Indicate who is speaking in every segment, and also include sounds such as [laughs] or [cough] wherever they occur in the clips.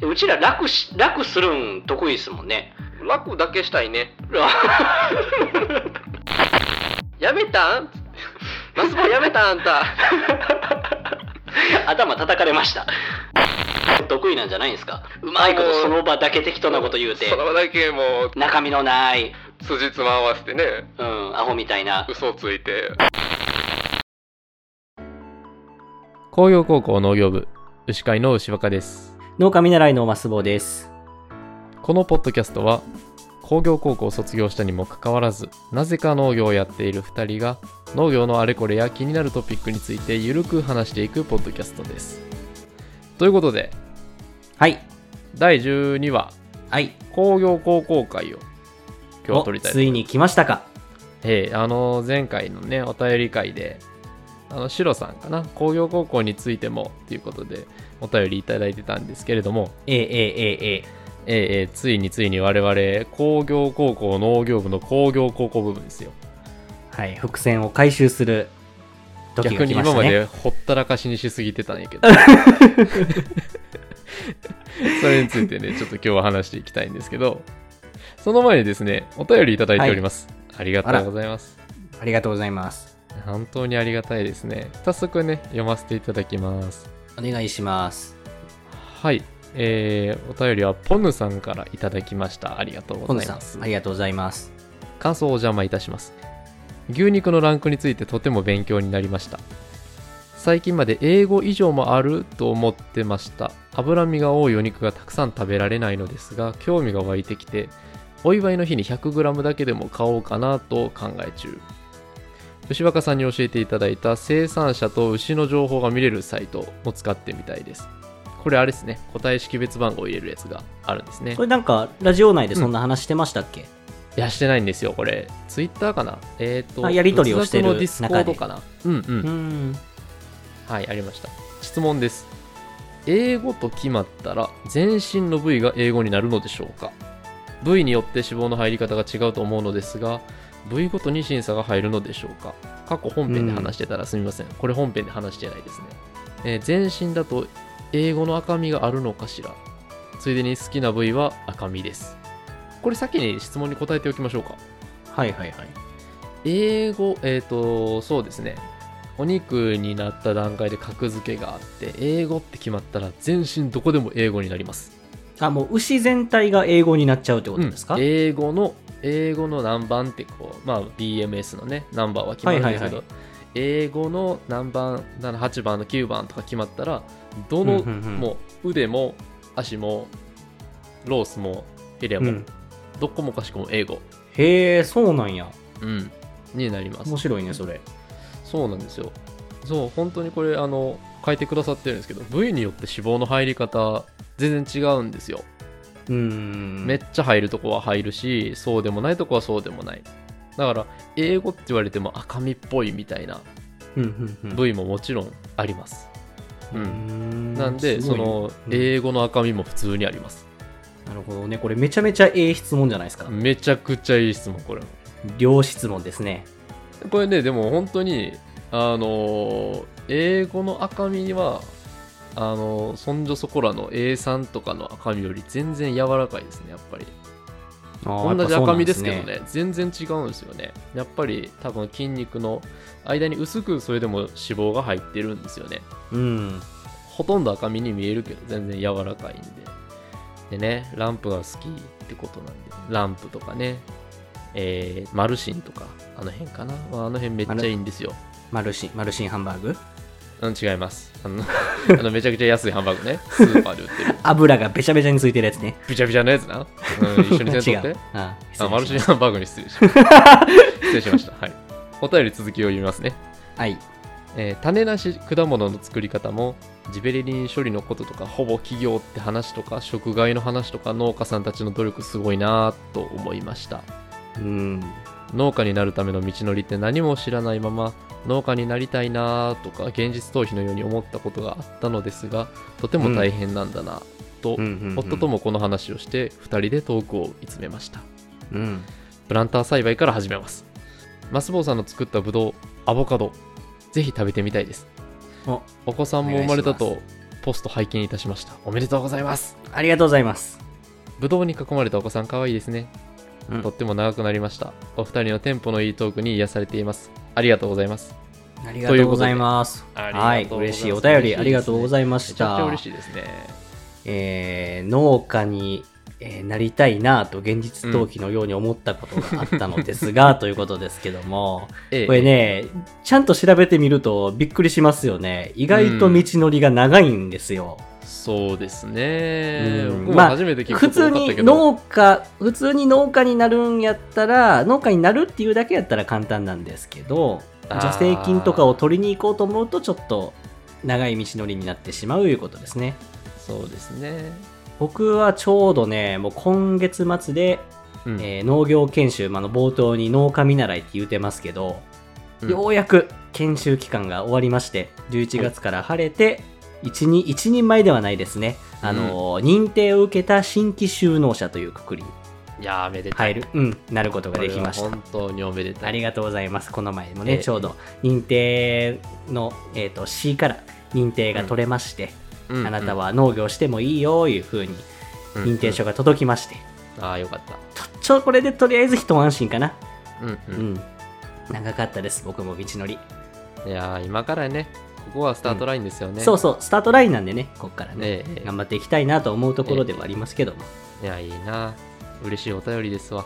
Speaker 1: でうちら楽し楽するん得意ですもんね [laughs]
Speaker 2: 楽だけしたいねやめたん [laughs] マスボやめたあんた
Speaker 1: 頭叩かれました得意なんじゃないんですかうまいことその場だけ適当なこと言うて
Speaker 2: その場だけもう
Speaker 1: 中身のない
Speaker 2: 辻褄合わせてね
Speaker 1: うんアホみたいな
Speaker 2: 嘘ついて
Speaker 3: 工業高校農業部牛飼いの牛若です
Speaker 4: 農家見習いのマスボです。
Speaker 3: このポッドキャストは工業高校を卒業したにもかかわらずなぜか農業をやっている2人が農業のあれこれや気になるトピックについてゆるく話していくポッドキャストですということで
Speaker 4: はい。
Speaker 3: 第12話
Speaker 4: はい。
Speaker 3: 工業高校会を今日は撮りたい
Speaker 4: お
Speaker 3: と
Speaker 4: ついに来ましたか。
Speaker 3: ええあの前回のねお便り会であのシロさんかな工業高校についてもということでお便りいただいてたんですけれども、
Speaker 4: ええええええ
Speaker 3: ええええついについに我々工業高校農業部の工業高校部分ですよ、
Speaker 4: はい。伏線を回収する時
Speaker 3: 逆
Speaker 4: が
Speaker 3: に
Speaker 4: 来まし
Speaker 3: 今
Speaker 4: た
Speaker 3: まで
Speaker 4: ね。
Speaker 3: ほったらかしにしすぎてたんや
Speaker 4: [laughs]
Speaker 3: けど [laughs] それについてねちょっと今日は話していきたいんですけどその前にですねお便りいただいております、ありがとうございます
Speaker 4: ありがとうございます。
Speaker 3: 本当にありがたいですね早速ね読ませていただきます
Speaker 4: お願いします。
Speaker 3: はい、えー、お便りはポヌさんからいただきました。ありがとう
Speaker 4: ポ
Speaker 3: ご
Speaker 4: ン
Speaker 3: ざい
Speaker 4: さ
Speaker 3: ます
Speaker 4: ん、あ。りがとうございます。
Speaker 3: 感想をお邪魔いたします。牛肉のランクについてとても勉強になりました。最近まで英語以上もあると思ってました。脂身が多いお肉がたくさん食べられないのですが、興味が湧いてきて、お祝いの日に 100g だけでも買おうかなと考え中。牛若さんに教えていただいた生産者と牛の情報が見れるサイトを使ってみたいです。これあれですね、個体識別番号を入れるやつがあるんですね
Speaker 4: こ。れなんか、ラジオ内でそんな話してましたっけ、
Speaker 3: いや、してないんですよ、これ。ツイッターかなえっ、と、
Speaker 4: あやり取りをしてる
Speaker 3: 仏作のディスコードかなうんう。
Speaker 4: うんん。
Speaker 3: はい、ありました。質問です。英語と決まったら、全身の部位が英語になるのでしょうか部位によって脂肪の入り方が違うと思うのですが、部位ごとに審査が入るのでしょうか過去本編で話してたらすみません。これ本編で話してないですね。えー全身だと英語の赤みがあるのかしらついでに好きな部位は赤身です。これ先に質問に答えておきましょうか。
Speaker 4: はいはいはい。
Speaker 3: 英語えっ、とそうですねお肉になった段階で格付けがあって英語って決まったら全身どこでも英語になります
Speaker 4: あ、もう牛全体が英語になっちゃうってことですか、
Speaker 3: うん英語の英語の何番ってこうまあ BMS のねナンバーは決まるんですけど、
Speaker 4: はいはいは
Speaker 3: 英語の何番7 8番の9番とか決まったらど
Speaker 4: うん
Speaker 3: の、
Speaker 4: うんうん
Speaker 3: もう腕も足もロースもヘレ
Speaker 4: う
Speaker 3: も、
Speaker 4: ん
Speaker 3: どこもかしこも英語、
Speaker 4: へえ、そうなんや。
Speaker 3: うんになります
Speaker 4: 面白いね、それ。
Speaker 3: そうなんですよ。そう、本当にこれ、あの、書いてくださってるんですけど、部位によって脂肪の入り方、全然違うんですよ。
Speaker 4: うーん。
Speaker 3: めっちゃ入るとこは入るし、そうでもないとこはそうでもない。だから、英語って言われても赤身っぽいみたいな
Speaker 4: うんうんうん
Speaker 3: 部位ももちろんあります。う。
Speaker 4: うんん
Speaker 3: なんで、
Speaker 4: す
Speaker 3: そ
Speaker 4: ごいね
Speaker 3: の、
Speaker 4: うん
Speaker 3: 英語の赤身も普通にあります。
Speaker 4: なるほどね。これめちゃめちゃええ質問じゃないですか。
Speaker 3: めちゃくちゃいい質問、これも。
Speaker 4: 両質問ですね。
Speaker 3: これねでも本当にあのー英語の赤身にはあのーそんじょそこらの A さんとかの赤身より全然柔らかいですねやっぱり
Speaker 4: 同
Speaker 3: 同じ赤身ですけどね。全然違うんですよねやっぱり多分筋肉の間に薄くそれでも脂肪が入ってるんですよね
Speaker 4: うん。
Speaker 3: ほとんど赤身に見えるけど全然柔らかいんででねランプが好きってことなんでランプとかねえーマルシンとかあの辺かな、まあ、あの辺めっちゃいいんですよ
Speaker 4: マルシン、マルシンハンバーグ。 [laughs]
Speaker 3: うん、違います。あの、 [laughs] あのめちゃくちゃ安いハンバーグね。スーパーで売ってる。
Speaker 4: 油がべちゃべちゃについてるやつね。
Speaker 3: びちゃびちゃのやつな。うん、一緒にせんとっ
Speaker 4: [laughs] 違
Speaker 3: て
Speaker 4: う。。あ失
Speaker 3: あ、
Speaker 4: 礼
Speaker 3: マル
Speaker 4: し
Speaker 3: シ
Speaker 4: ま
Speaker 3: ン
Speaker 4: し
Speaker 3: ハンバーグに失礼しました。失礼しました。はい。お便り続きを読みますね。
Speaker 4: たはい。
Speaker 3: えー種なし果物の作り方もジベレリン処理のこととかほぼ企業って話とか食害の話とか農家さんたちの努力すごいなぁと思いました
Speaker 4: うん。
Speaker 3: 農家になるための道のりって何も知らないまま農家になりたいなとか現実逃避のように思ったことがあったのですがとても大変なんだなと、
Speaker 4: うんうんうん
Speaker 3: 夫ともこの話をして2人でトークを見つめました
Speaker 4: うん。
Speaker 3: プランター栽培から始めますマスボウさんの作ったブドウアボカドぜひ食べてみたいです
Speaker 4: お
Speaker 3: お子さんも生まれた
Speaker 4: お願
Speaker 3: とポスト拝見いたしましたおめでとうございます
Speaker 4: ありがとうございます。
Speaker 3: ぶどうに囲まれたお子さんかわいいですね、
Speaker 4: うん
Speaker 3: とっても長くなりましたお二人のテンポのいいトークに癒されていますありがとうございます
Speaker 4: ありがとうございます。
Speaker 3: ありがとうござ
Speaker 4: はいい、
Speaker 3: ます
Speaker 4: 嬉しいお便りありがとうございま
Speaker 3: め
Speaker 4: し
Speaker 3: ちゃくちゃ
Speaker 4: た
Speaker 3: 嬉。しいですね
Speaker 4: えー農家に、えーなりたいなぁと現実逃避のように思ったことがあったのです
Speaker 3: [laughs]
Speaker 4: が、ということですけども、
Speaker 3: ええ
Speaker 4: これね、ちゃんと調べてみるとびっくりしますよね。意外と道のりが長いんですよ。
Speaker 3: そうですね、
Speaker 4: うん
Speaker 3: 僕も
Speaker 4: まあ
Speaker 3: 初めて聞く
Speaker 4: 普
Speaker 3: こと
Speaker 4: 通
Speaker 3: 多かった
Speaker 4: に
Speaker 3: けど、
Speaker 4: 農家、普通に農家になるんやったら、農家になるっていうだけやったら簡単なんですけど、
Speaker 3: あー
Speaker 4: 助成金とかを取りに行こうと思うと、ちょっと長い道のりになってしまうということですね。
Speaker 3: そうですね、
Speaker 4: 僕はちょうどね、もう今月末で、
Speaker 3: うん
Speaker 4: えー農業研修、まああの冒頭に農家見習いって言うてますけど、
Speaker 3: うん
Speaker 4: ようやく研修期間が終わりまして、11月から晴れて、一人一人前ではないですね、あのー認定を受けた新規就農者というくくりに
Speaker 3: いやーめでたい
Speaker 4: 入る、うん、なることができまし
Speaker 3: これ
Speaker 4: た
Speaker 3: は。本当におめでたい
Speaker 4: ありがとうございます。この前もね、
Speaker 3: ええ
Speaker 4: ちょうど認定の、えー、と C から認定が取れまして、
Speaker 3: うん
Speaker 4: あなたは農業してもいいよいうふうに
Speaker 3: うん
Speaker 4: 認定書が届きまして、
Speaker 3: うんああよかった
Speaker 4: とちょこれでとりあえず一安心かな。
Speaker 3: うんう、
Speaker 4: うんん、長かったです、僕も道のり。
Speaker 3: いやー今からねここはスタートラインですよね、
Speaker 4: そうそう、スタートラインなんでね、こっからね、
Speaker 3: ええ
Speaker 4: 頑張っていきたいなと思うところではありますけども。
Speaker 3: いやいいな嬉しいお便りですわ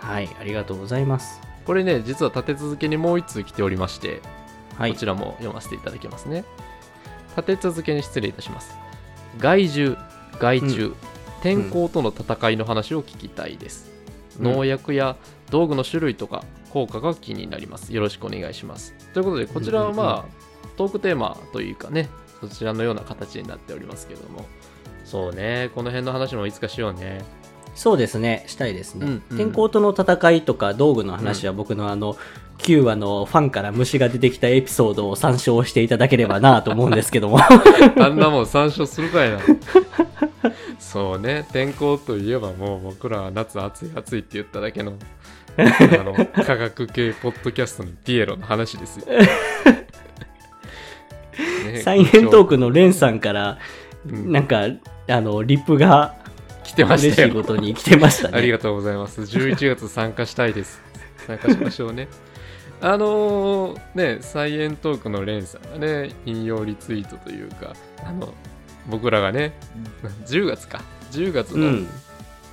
Speaker 4: はい、ありがとうございます。
Speaker 3: これね実は立て続けにもう一通来ておりまして
Speaker 4: はい、
Speaker 3: こちらも読ませていただきますね。立て続けに失礼いたします。害獣、害虫、天候との戦いの話を聞きたいです。
Speaker 4: うん
Speaker 3: 農薬や道具の種類とか効果が気になります。よろしくお願いします。ということで、こちらはまあ、
Speaker 4: うんうん
Speaker 3: トークテーマというかね、そちらのような形になっておりますけれども。そうね、この辺の話もいつかしようね。
Speaker 4: そうですね、したいですね。
Speaker 3: うんうん
Speaker 4: 天候との戦いとか道具の話は僕のあの、9話のファンから虫が出てきたエピソードを参照していただければなと思うんですけ
Speaker 3: [laughs]
Speaker 4: ども。
Speaker 3: あんなもん参照するかいな。 [laughs] そうね、天候といえばもう僕らは夏暑い暑いって言っただけの、あ
Speaker 4: [laughs]
Speaker 3: の、科学系ポッドキャストのディエロの話ですよ。ね
Speaker 4: サイエントークのレンさんから、
Speaker 3: うん
Speaker 4: なんか、あの、リップが
Speaker 3: 来てま
Speaker 4: 嬉
Speaker 3: し
Speaker 4: したいこ。
Speaker 3: よ
Speaker 4: とに来てましたね。
Speaker 3: [laughs] ありがとうございます。11月参加した
Speaker 4: [laughs]
Speaker 3: いです。参加しましょうね。あのーね、サイエントークのレンさんがね、引用リツイートというか、あの、僕らがね、10月か、10月
Speaker 4: う
Speaker 3: の
Speaker 4: ん。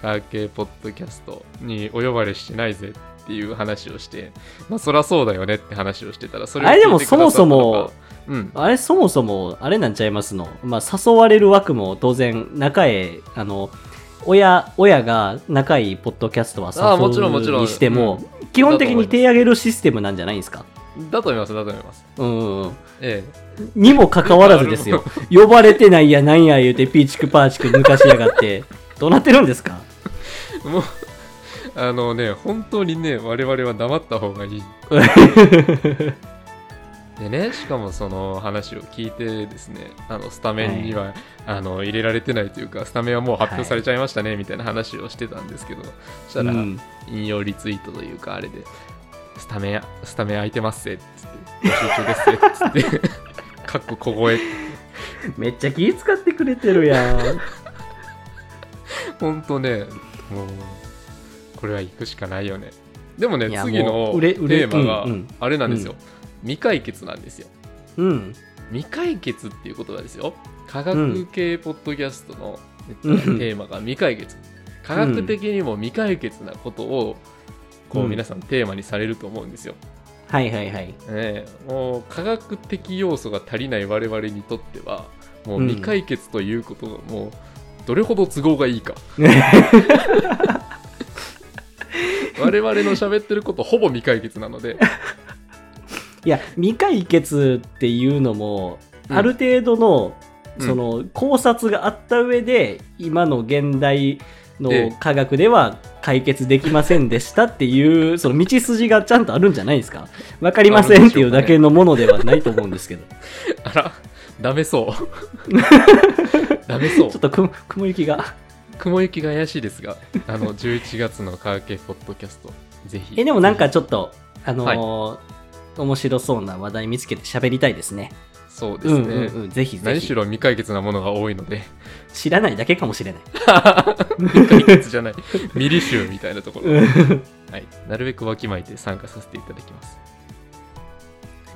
Speaker 3: 科学系ポッドキャストにお呼ばれしてないぜっていう話をして、まあ、そらそうだよねって話をしてたら、それを
Speaker 4: あれでも
Speaker 3: 聞いてくださったのが
Speaker 4: そもそも、
Speaker 3: うん、
Speaker 4: あれ、そもそも、あれなんちゃいますのまあ、誘われる枠も当然、仲へ、あの、親、親が仲いいポッドキャストは
Speaker 3: ああもちろんも
Speaker 4: 誘
Speaker 3: ち
Speaker 4: う
Speaker 3: ろん
Speaker 4: にしても、基
Speaker 3: だ
Speaker 4: 本
Speaker 3: と思
Speaker 4: 的
Speaker 3: います
Speaker 4: に手上げるシステムなんじゃないんですか
Speaker 3: だと思います、だと思います。
Speaker 4: うんうんうん。
Speaker 3: え
Speaker 4: にもかかわらず [laughs] ですよ。呼ばれてないやなんや言うて、ピーチクパーチク抜かしやがって、どうなってるんですか
Speaker 3: え、もう、 [laughs] あのね、本当にね、我々は黙った方
Speaker 4: [laughs]
Speaker 3: がいい。でね、しかもその話を聞いてですね、あのスタメンには、あの入れられてないというか、スタメンはもう発表されちゃいましたね、みたいな話をしてたんですけど、そしたら、
Speaker 4: うん
Speaker 3: 引用リツイートというかあれでスタメンスタメン空いてますぜっつって募集中ですぜっ
Speaker 4: [laughs]
Speaker 3: つってかっこ小声
Speaker 4: めっちゃ気使ってくれてるやん。
Speaker 3: ほんとねもうこれは行くしかないよねでもね
Speaker 4: いや
Speaker 3: 次の
Speaker 4: もう売れ
Speaker 3: テ
Speaker 4: 売れ
Speaker 3: ーマが
Speaker 4: うんうん
Speaker 3: あれなんですよ、未解決なんですよ
Speaker 4: うん。
Speaker 3: 未解決っていうことなんですよ科学系ポッドキャストのえ
Speaker 4: う
Speaker 3: っ
Speaker 4: ん
Speaker 3: とテーマが未解決科学的にも未解決なことをこ
Speaker 4: う
Speaker 3: うん皆さんテーマにされると思うんですよ
Speaker 4: はいはいはい。
Speaker 3: ねえもう科学的要素が足りない我々にとってはもう未解決ということがもうどれほど都合が
Speaker 4: [laughs]
Speaker 3: いいか我々の喋ってることほぼ未解決なの
Speaker 4: [laughs]
Speaker 3: で
Speaker 4: いや、未解決っていうのも、
Speaker 3: うん
Speaker 4: ある程度の、
Speaker 3: うん
Speaker 4: その考察があった上で、今の現代
Speaker 3: ええ
Speaker 4: の科学では解決できませんでしたっていう、その道筋がちゃんとあるんじゃないですか。わかりませんっていうだけのものではないと思うんですけど。
Speaker 3: あらダメそう
Speaker 4: [laughs]
Speaker 3: ダメそう
Speaker 4: ちょっとく雲行きが。
Speaker 3: 雲行きが怪しいですがあの11月の科学系ポッドキャストぜひ
Speaker 4: え、でもなんか
Speaker 3: ぜ
Speaker 4: ちょっと、あのー面白そうな話題見つけて喋りたいですね。
Speaker 3: ひそうで
Speaker 4: う
Speaker 3: す
Speaker 4: ん
Speaker 3: ね、
Speaker 4: うんうん、ぜひぜひ。
Speaker 3: 何しろ未解決なものが多いので [laughs]
Speaker 4: 知らないだけかもしれない。
Speaker 3: 未解決じゃないミリ集みたいなところ、
Speaker 4: うん
Speaker 3: はい、なるべくわきまえて参加させていただきます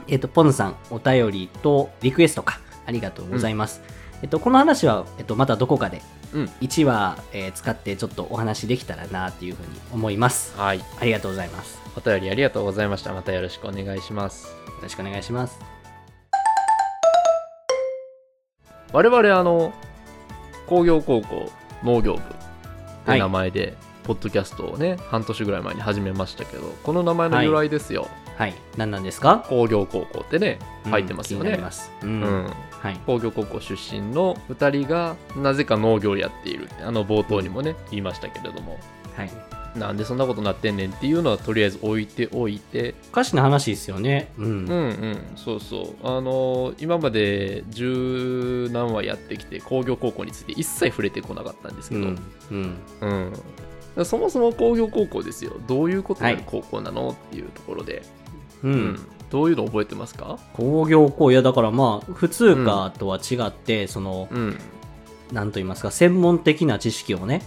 Speaker 4: えっと、ポンさん、お便りとリクエストか、ありがとうございます。えっと、この話は、えっと、またどこかで、
Speaker 3: うん
Speaker 4: 1話、えー使ってちょっとお話できたらなっていうふうに思います。
Speaker 3: はい
Speaker 4: ありがとうございます。
Speaker 3: お便りありがとうございましたまたよろしくお願いします
Speaker 4: よろしくお願いします。
Speaker 3: 我々あの工業高校農業部っ
Speaker 4: は
Speaker 3: て
Speaker 4: い
Speaker 3: 名前で、ポッドキャストをね半年ぐらい前に始めましたけどこの名前の由来ですよ、
Speaker 4: はい。何なんですか
Speaker 3: 工業高校ってね入ってますよ
Speaker 4: うん気にな
Speaker 3: ね、
Speaker 4: ります。う。
Speaker 3: うんん、
Speaker 4: はい。
Speaker 3: 工業高校出身の2人がなぜか農業をやっているあの冒頭にもね言いましたけれども
Speaker 4: はい。
Speaker 3: なんでそんなことなってんねんっていうのはとりあえず置いておいて
Speaker 4: おかしな話ですよね。うん。
Speaker 3: うんうんそうそうあのー今まで十何話やってきて工業高校について一切触れてこなかったんですけ
Speaker 4: う
Speaker 3: ど、
Speaker 4: ん。うん。
Speaker 3: うん、だからそもそも工業高校ですよどういうことがある
Speaker 4: はい
Speaker 3: 高校なのっていうところで、
Speaker 4: う。
Speaker 3: うんどういうの覚えてますか、
Speaker 4: 工業高校、いや、だからまあ、普通科とは違って、その、
Speaker 3: うん
Speaker 4: なんと言いますか、専門的な知識をね、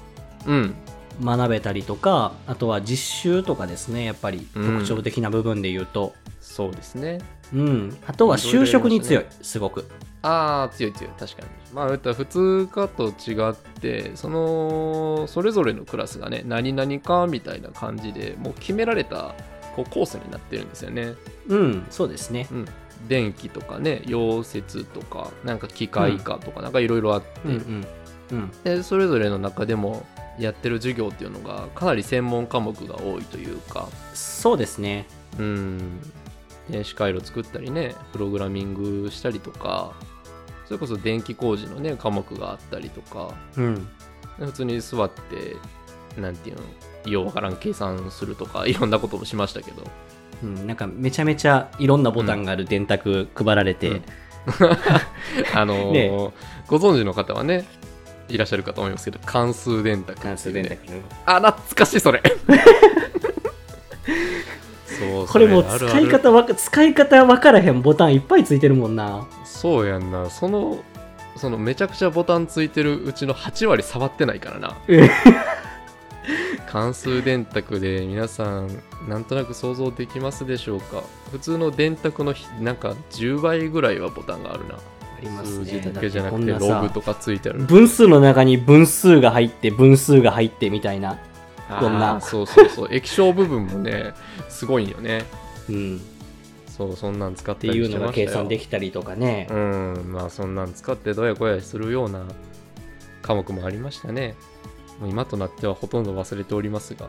Speaker 3: うん、
Speaker 4: 学べたりとか、あとは実習とかですね、やっぱり
Speaker 3: うん
Speaker 4: 特徴的な部分で言うと、
Speaker 3: そうですね
Speaker 4: うん、あとは就職に強い、すごく。
Speaker 3: ああ強い強い確かにまあ言ったら普通科と違ってそのそれぞれのクラスがね何々かみたいな感じでもう決められたこうコースになってるんですよね
Speaker 4: うん、そうですね。
Speaker 3: うん、電気とかね溶接とかなんか機械化とかなんかいろいろあって、
Speaker 4: うんうん。うん、
Speaker 3: でそれぞれの中でもやってる授業っていうのがかなり専門科目が多いというか
Speaker 4: そうですね。
Speaker 3: うん電子回路作ったりねプログラミングしたりとかそれこそ電気工事のね科目があったりとか
Speaker 4: うん。
Speaker 3: で普通に座ってなんていうのようわからん計算するとかい [laughs] ろんなこともしましたけど
Speaker 4: うん、なんかめちゃめちゃいろんなボタンがある電卓配られて、
Speaker 3: うんあのー
Speaker 4: ね
Speaker 3: ご存知の方はねいらっしゃるかと思いますけど関数電卓っていう
Speaker 4: 関
Speaker 3: ね
Speaker 4: 数電卓、
Speaker 3: あ懐かし [laughs] いそれそう
Speaker 4: これもう
Speaker 3: そ
Speaker 4: 使い
Speaker 3: あるある
Speaker 4: 方わか使い方わからへんボタンいっぱいついてるもんな
Speaker 3: そうやんなそのそのめちゃくちゃボタンついてるうちの8割触ってないから
Speaker 4: [laughs]
Speaker 3: な
Speaker 4: うん
Speaker 3: 関数電卓で皆さんなんとなく想像できますでしょうか普通の電卓のひなんか10倍ぐらいはボタンがあるな
Speaker 4: あります
Speaker 3: 数字
Speaker 4: ね
Speaker 3: だけじゃなくて
Speaker 4: だってこんな
Speaker 3: ロ
Speaker 4: さ
Speaker 3: グとかついてある
Speaker 4: 分数の中に分数が入って分数が入ってみたいなこんな
Speaker 3: あーそうそうそう液晶部分もねすごいんよね
Speaker 4: うんっ
Speaker 3: そうそんなん使ってたり
Speaker 4: いう
Speaker 3: して
Speaker 4: の
Speaker 3: ま
Speaker 4: が
Speaker 3: したよ
Speaker 4: 計算できたりとかね、
Speaker 3: うんまあそんなん使ってどやこやするような科目もありましたねもう今となってはほとんど忘れておりますが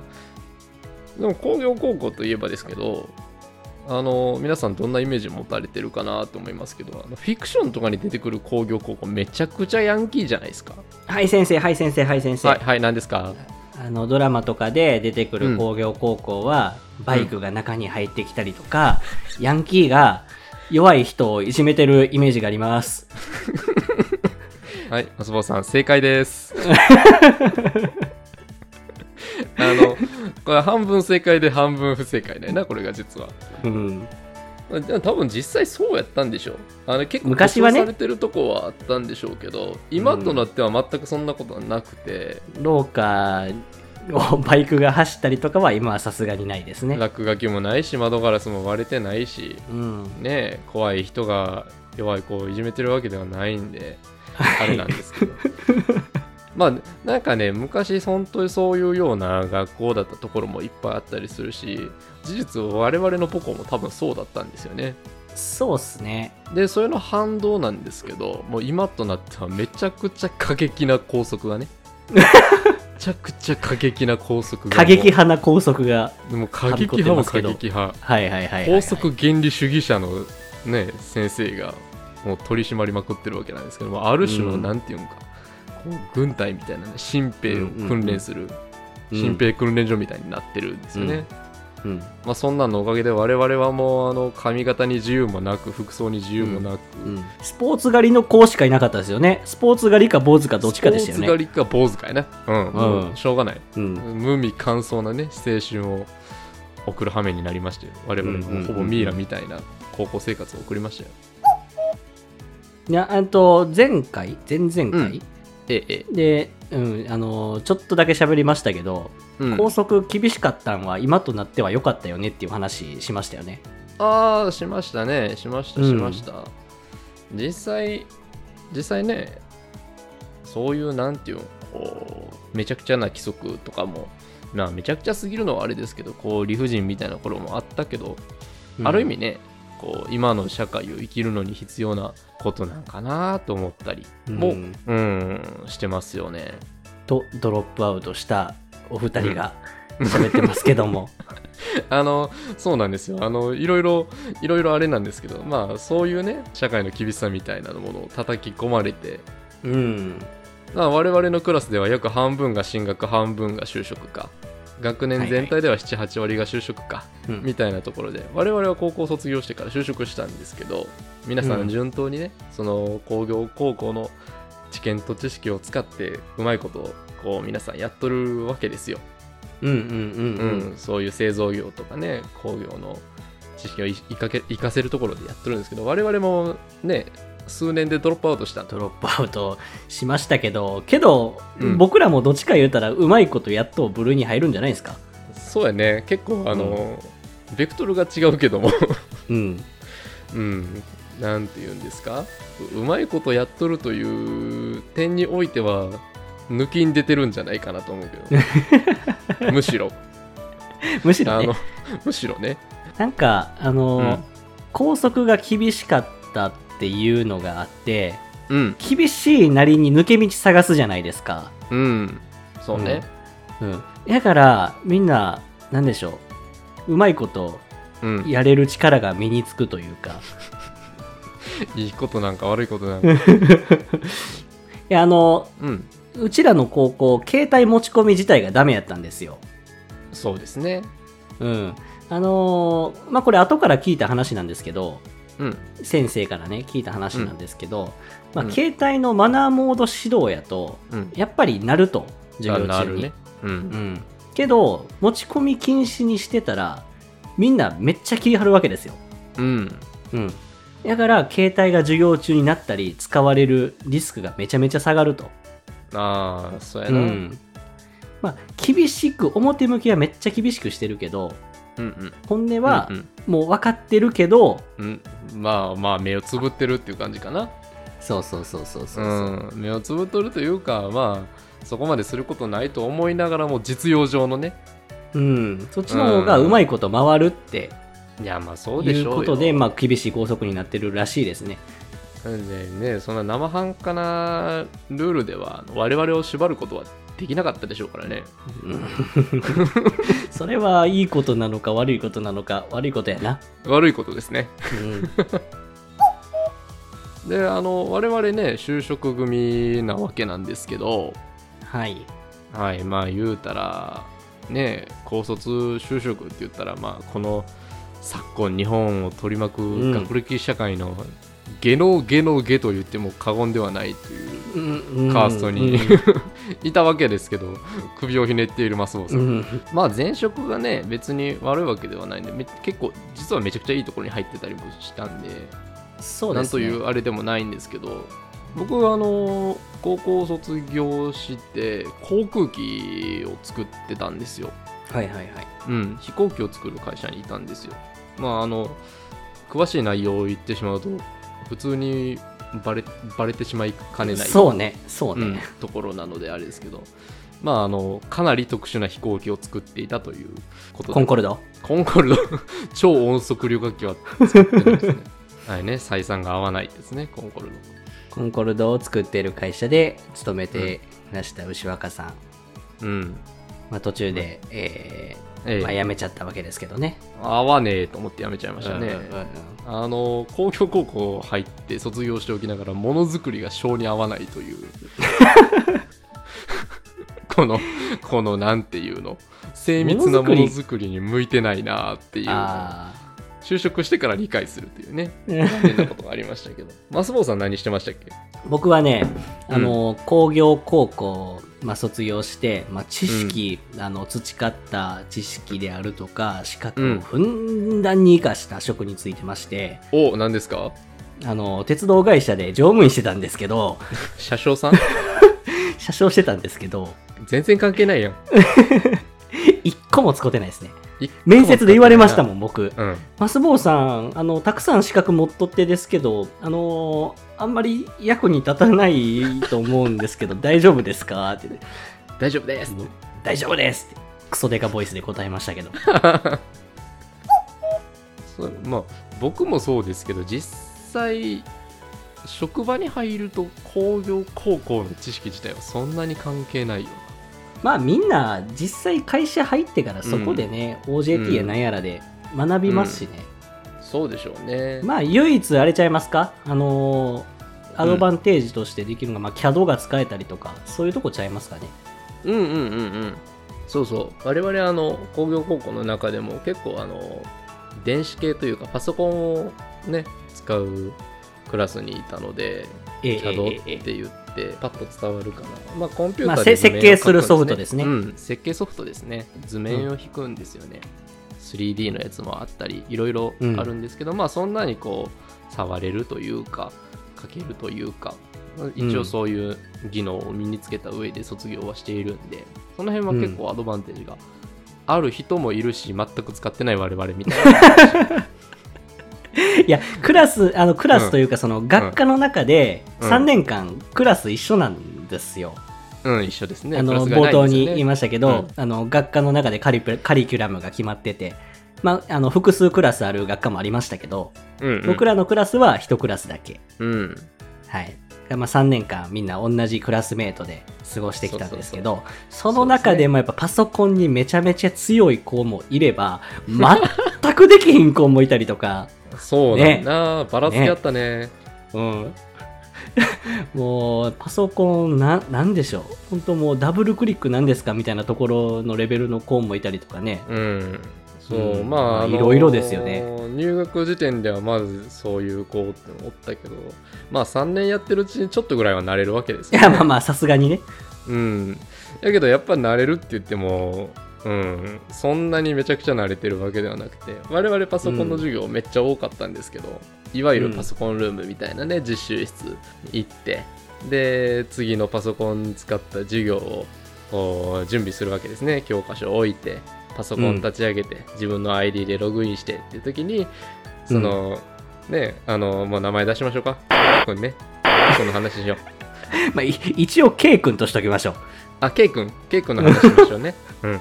Speaker 3: でも工業高校といえばですけどあの皆さんどんなイメージ持たれてるかなと思いますけどあのフィクションとかに出てくる工業高校めちゃくちゃヤンキーじゃないですか
Speaker 4: はい先生はい先生はい先生、
Speaker 3: はいはい何ですか
Speaker 4: あのドラマとかで出てく
Speaker 3: う
Speaker 4: る
Speaker 3: ん
Speaker 4: 工業高校は、バイクが中に入ってきたりとか、ヤンキーが弱い人をいじめてるイメージがあります
Speaker 3: はい、マスボさん、正
Speaker 4: [laughs]
Speaker 3: 解です。あの、これ半分正解で半分不正解だよな、これが実は。
Speaker 4: うん
Speaker 3: まあでも多分実際そうやったんでしょう。あの結構
Speaker 4: 昔はね
Speaker 3: 保証されてるとこはあったんでしょうけど、今となっては全くそんなことはなくて、
Speaker 4: 廊下をバイクが走ったりとかは今はさすがにないですね
Speaker 3: 落書きもないし、窓ガラスも割れてないし、
Speaker 4: うん
Speaker 3: ねえ、怖い人が弱い子をいじめてるわけではないんで、あれなんですけど。 [laughs] まあ、なんかね、昔、本当にそういうような学校だったところもいっぱいあったりするし、事実、我々のポコも多分そうだったんですよね。
Speaker 4: そうっすね
Speaker 3: で、それの反動なんですけど、もう今となってはめちゃくちゃ過激な校
Speaker 4: [laughs]
Speaker 3: 則がね、めちゃくちゃ過激な校則がも
Speaker 4: 過
Speaker 3: う。
Speaker 4: 激派な校則が
Speaker 3: でも過激派も過激派。
Speaker 4: はいはいはいはい、
Speaker 3: 法則原理主義者のね先生がもう取り締まりまくってるわけなんですけどもある種
Speaker 4: う
Speaker 3: の
Speaker 4: ん
Speaker 3: なんていうんか、こう軍隊みたいなね新兵を訓練する
Speaker 4: うん
Speaker 3: 新兵訓練所みたいになってるんですよね、
Speaker 4: うんうん
Speaker 3: まあ、そんなのおかげで我々はもうあの髪型に自由もなく服装に自由もなく、
Speaker 4: うんスポーツ狩りの子しかいなかったですよねスポーツ狩りか坊主かどっちかでしたよ
Speaker 3: ス
Speaker 4: ね
Speaker 3: ポーツ狩りか坊主かやねうん、
Speaker 4: うん
Speaker 3: もうしょうがない
Speaker 4: うん
Speaker 3: 無味乾燥なね青春を送る羽目になりましたよ我々もほぼミイラみたいな高校生活を送りましたよ、
Speaker 4: いやえっと前回前々回、
Speaker 3: うんええええ
Speaker 4: で、うん、あのちょっとだけ喋りましたけど、
Speaker 3: うん、
Speaker 4: 校則厳しかったんは今となっては良かったよねっていう話しましたよね
Speaker 3: ああしましたねしました
Speaker 4: うん
Speaker 3: しました、実際実際ねそういうなんていうのこうめちゃくちゃな規則とかもまあめちゃくちゃすぎるのはあれですけどこう理不尽みたいな頃もあったけど、ある意味ねこう今の社会を生きるのに必要なことなんかなと思ったりも、
Speaker 4: う
Speaker 3: うんん、してますよね。 [laughs]
Speaker 4: とドロップアウトしたお二人が喋ってますけども、
Speaker 3: あのそうなんですよあのいろいろいろいろあれなんですけどまあそういうね社会の厳しさみたいなものを叩き込まれて
Speaker 4: [laughs] うん、
Speaker 3: まあ我々のクラスでは約半分が進学半分が就職か学年全体では78割が就職か、
Speaker 4: うん
Speaker 3: みたいなところで我々は高校卒業してから就職したんですけど皆さ
Speaker 4: うん
Speaker 3: ん順当にね、その工業高校の知見と知識を使ってうまいことをこう皆さんやっとるわけですよ、
Speaker 4: うんうんう
Speaker 3: うんんそういう製造業とかね工業の知識をいいかけ活かせるところでやっとるんですけど我々もね数年でドロップアウトしたと
Speaker 4: ドロップアウトしましたけどけど、
Speaker 3: うん
Speaker 4: 僕らもどっちか言うたらうまいことやっと部類に入るんじゃないですか
Speaker 3: そうやね結構あの、ベクトルが違うけども
Speaker 4: うん
Speaker 3: うんなんて言うんですかううまいことやっとるという点においては抜きに出てるんじゃないかなと思う [laughs] けどむしろ
Speaker 4: むしろ
Speaker 3: あ
Speaker 4: ね
Speaker 3: のむしろね
Speaker 4: なんかあの、
Speaker 3: うん
Speaker 4: 校則が厳しかったっていうのがあって
Speaker 3: うん
Speaker 4: 厳しいなりに抜け道探すじゃないですか
Speaker 3: うんそうね
Speaker 4: うんだからみんな何でしょううまいこと
Speaker 3: うん、
Speaker 4: やれる力が身につくというか
Speaker 3: いいことなんか悪いことなんか
Speaker 4: いやあの
Speaker 3: うん
Speaker 4: うちらの高校携帯持ち込み自体がダメやったんですよ
Speaker 3: [laughs] そうですね
Speaker 4: うんあのーまあこれ後から聞いた話なんですけど
Speaker 3: うん
Speaker 4: 先生からね聞いた話なんですけど、
Speaker 3: う
Speaker 4: まあ、
Speaker 3: ん
Speaker 4: 携帯のマナーモード指導やと
Speaker 3: うん
Speaker 4: やっぱりなると授業
Speaker 3: な
Speaker 4: 中
Speaker 3: る
Speaker 4: に、
Speaker 3: ねう
Speaker 4: うんん、けど持ち込み禁止にしてたらみんなめっちゃ気張るわけですよ、
Speaker 3: うん
Speaker 4: うん、だから携帯が授業中になったり使われるリスクがめちゃめちゃ下がると、
Speaker 3: ああそうや
Speaker 4: う
Speaker 3: な、
Speaker 4: んまあ、厳しく表向きはめっちゃ厳しくしてるけど
Speaker 3: うんうん
Speaker 4: 本音は
Speaker 3: うんうん
Speaker 4: もう分かってるけど、
Speaker 3: うん、まあまあ目をつぶってるっていう感じかな
Speaker 4: そうそうそうそうそうう、
Speaker 3: ん、目をつぶっとるというかまあそこまですることないと思いながらも実用上のね
Speaker 4: うん、そっちの方がうまいこと回るって
Speaker 3: いやまあそうで
Speaker 4: い
Speaker 3: し
Speaker 4: う
Speaker 3: ょうよ
Speaker 4: ことで、まあ、厳しい校則になってるらしいですね [laughs]
Speaker 3: なんでねそんな生半可なルールでは我々を縛ることはできなかったでしょうからね
Speaker 4: うんそれはいいことなのか悪いことなのか悪いことやな、
Speaker 3: 悪いことですね
Speaker 4: うん、
Speaker 3: であの我々ね就職組なわけなんですけど
Speaker 4: はい
Speaker 3: はいまあ言うたらね高卒就職って言ったらまあこの昨今日本を取り巻
Speaker 4: うん
Speaker 3: く学歴社会の下の下の下と言っても過言ではないというカーストに [laughs] いたわけですけど首をひねっているマスボウさ、
Speaker 4: うんん
Speaker 3: まあ前職がね別に悪いわけではないんでめ結構実はめちゃくちゃいいところに入ってたりもしたんで
Speaker 4: そうで
Speaker 3: なん
Speaker 4: す
Speaker 3: と
Speaker 4: ね
Speaker 3: いうあれでもないんですけど僕はあの高校を卒業して航空機を作ってたんですよ、
Speaker 4: はいはいはい
Speaker 3: うん、飛行機を作る会社にいたんですよまああの詳しい内容を言ってしまうと普通にバレバレてしまいかねない
Speaker 4: そうねそう
Speaker 3: うん
Speaker 4: ね、
Speaker 3: ところなのであれですけどまああのかなり特殊な飛行機を作っていたということで
Speaker 4: コンコルド
Speaker 3: コンコルド [laughs] 超音速旅客機は作ってないですねはいね採算が合わないですねコンコルド
Speaker 4: コンコルドを作っている会社で勤めてらした牛若さん、
Speaker 3: うん。
Speaker 4: まあ、途中で、え
Speaker 3: え
Speaker 4: ー
Speaker 3: え
Speaker 4: まあ、辞めちゃったわけですけどね
Speaker 3: 合わねえと思ってやめちゃいました
Speaker 4: う
Speaker 3: ね
Speaker 4: ん。うんうん
Speaker 3: あの工業高校入って卒業しておきながらものづくりが性に合わないという [laughs] このこのなんていうの精密
Speaker 4: ものづ
Speaker 3: な
Speaker 4: く
Speaker 3: も
Speaker 4: り
Speaker 3: のづくりに向いてないなっていうのを
Speaker 4: ああ
Speaker 3: 就職してから理解するっていうね大変なことがありましたけどマスボウさん何してましたっけ
Speaker 4: 僕はね、あの工業高校、まあ、卒業して、まあ、知識、あの培った知識であるとか資格をふんだんに生かした職についてまして、
Speaker 3: お何ですか
Speaker 4: あの、鉄道会社で乗務員してたんですけど、
Speaker 3: 車掌さん
Speaker 4: 車掌してたんですけど、
Speaker 3: 全然関係ないやん。
Speaker 4: [laughs] 一個も使ってないですね。
Speaker 3: 一個も
Speaker 4: 面接で言われましたもん、僕。
Speaker 3: うん。
Speaker 4: マスボウさん、あの、たくさん資格持っとってですけど、あのーあんまり役に立たないと思うんですけど、 [laughs] 大丈夫ですかって、
Speaker 3: 大丈夫です。
Speaker 4: 大丈夫ですって、クソデカボイスで答えましたけど。
Speaker 3: そうまあ僕もそうですけど実際職場に入ると工業高校の知識自体はそんなに関係ないよ
Speaker 4: まあみんな、実際会社入ってからそこでね、OJT やなんやらで学びますしね。
Speaker 3: そうでしょうね
Speaker 4: まあ唯一あれちゃいますかあのーアドバンテージとしてできるのが、まあ CAD が使えたりとか、そういうとこちゃいますかね。
Speaker 3: うんうんうんうんそうそう我々あの工業高校の中でも結構あの電子系というかパソコンをね使うクラスにいたので
Speaker 4: ええ
Speaker 3: CAD っ
Speaker 4: えええ
Speaker 3: て言ってパッと伝わるかな、まあ、コンピュ
Speaker 4: ま
Speaker 3: ー
Speaker 4: あ
Speaker 3: ター
Speaker 4: せ
Speaker 3: で図面を描くんです
Speaker 4: 設計
Speaker 3: ね、
Speaker 4: するソフトですね
Speaker 3: うん、設計ソフトですね図面を引くんですよね、3D のやつもあったりいろいろあるんですけど、まあそんなにこう触れるというか書けるというか一応そういう技能を身につけた上で卒業はしているんで、その辺は結構アドバンテージがある人もいるし全く使ってない我々みたいな
Speaker 4: え [laughs] いや、クラス、あの、クラスというか、その、学科の中で、
Speaker 3: うん
Speaker 4: 3年間、クラス一緒なんですよ。
Speaker 3: うん一緒ですね
Speaker 4: あ
Speaker 3: クラ
Speaker 4: の、
Speaker 3: スが
Speaker 4: 冒
Speaker 3: ないん
Speaker 4: 頭
Speaker 3: です
Speaker 4: に
Speaker 3: よ
Speaker 4: 言い
Speaker 3: ね
Speaker 4: ましたけど、あの、学科の中でカリプカリキュラムが決まってて、まあ、あの、複数クラスある学科もありましたけど、
Speaker 3: うんうん
Speaker 4: 僕らのクラスは1クラスだけ。
Speaker 3: うん
Speaker 4: はい。まあ、3年間みんな同じクラスメートで過ごしてきたんですけど、その中でもやっぱパソコンにめちゃめちゃ強い子もいれば、全くできひん子もいたりとか、
Speaker 3: [laughs] そうなんだ、ばらつきあったね
Speaker 4: うん。もう、パソコンな、なんでしょう。本当もうダブルクリックなんですかみたいなところのレベルの子もいたりとかね。
Speaker 3: うん、そう、
Speaker 4: うん
Speaker 3: まあ、
Speaker 4: まあ
Speaker 3: あの
Speaker 4: いろいろですよね
Speaker 3: 入学時点ではまずそういう子っておったけど、まあ3年やってるうちにちょっとぐらいは慣れるわけです
Speaker 4: い
Speaker 3: よ、
Speaker 4: や、まあまあ、さすがにね。
Speaker 3: うん。やけどやっぱ慣れるって言っても、うん、そんなにめちゃくちゃ慣れてるわけではなくて、我々パソコンの授業めっちゃ多かったんですけど、いわゆるパソコンルームみたいなね、実習室行って、で、次のパソコン使った授業をこう準備するわけですね教科書を置いてパソコン立ち上げて、自分の ID でログインしてっていう時にその、ねあのもう名前出しましょうかこれねこの話しよう
Speaker 4: まあ、い一応 K 君としときましょう。
Speaker 3: あ K 君 K 君の話しましょう [laughs] ねうん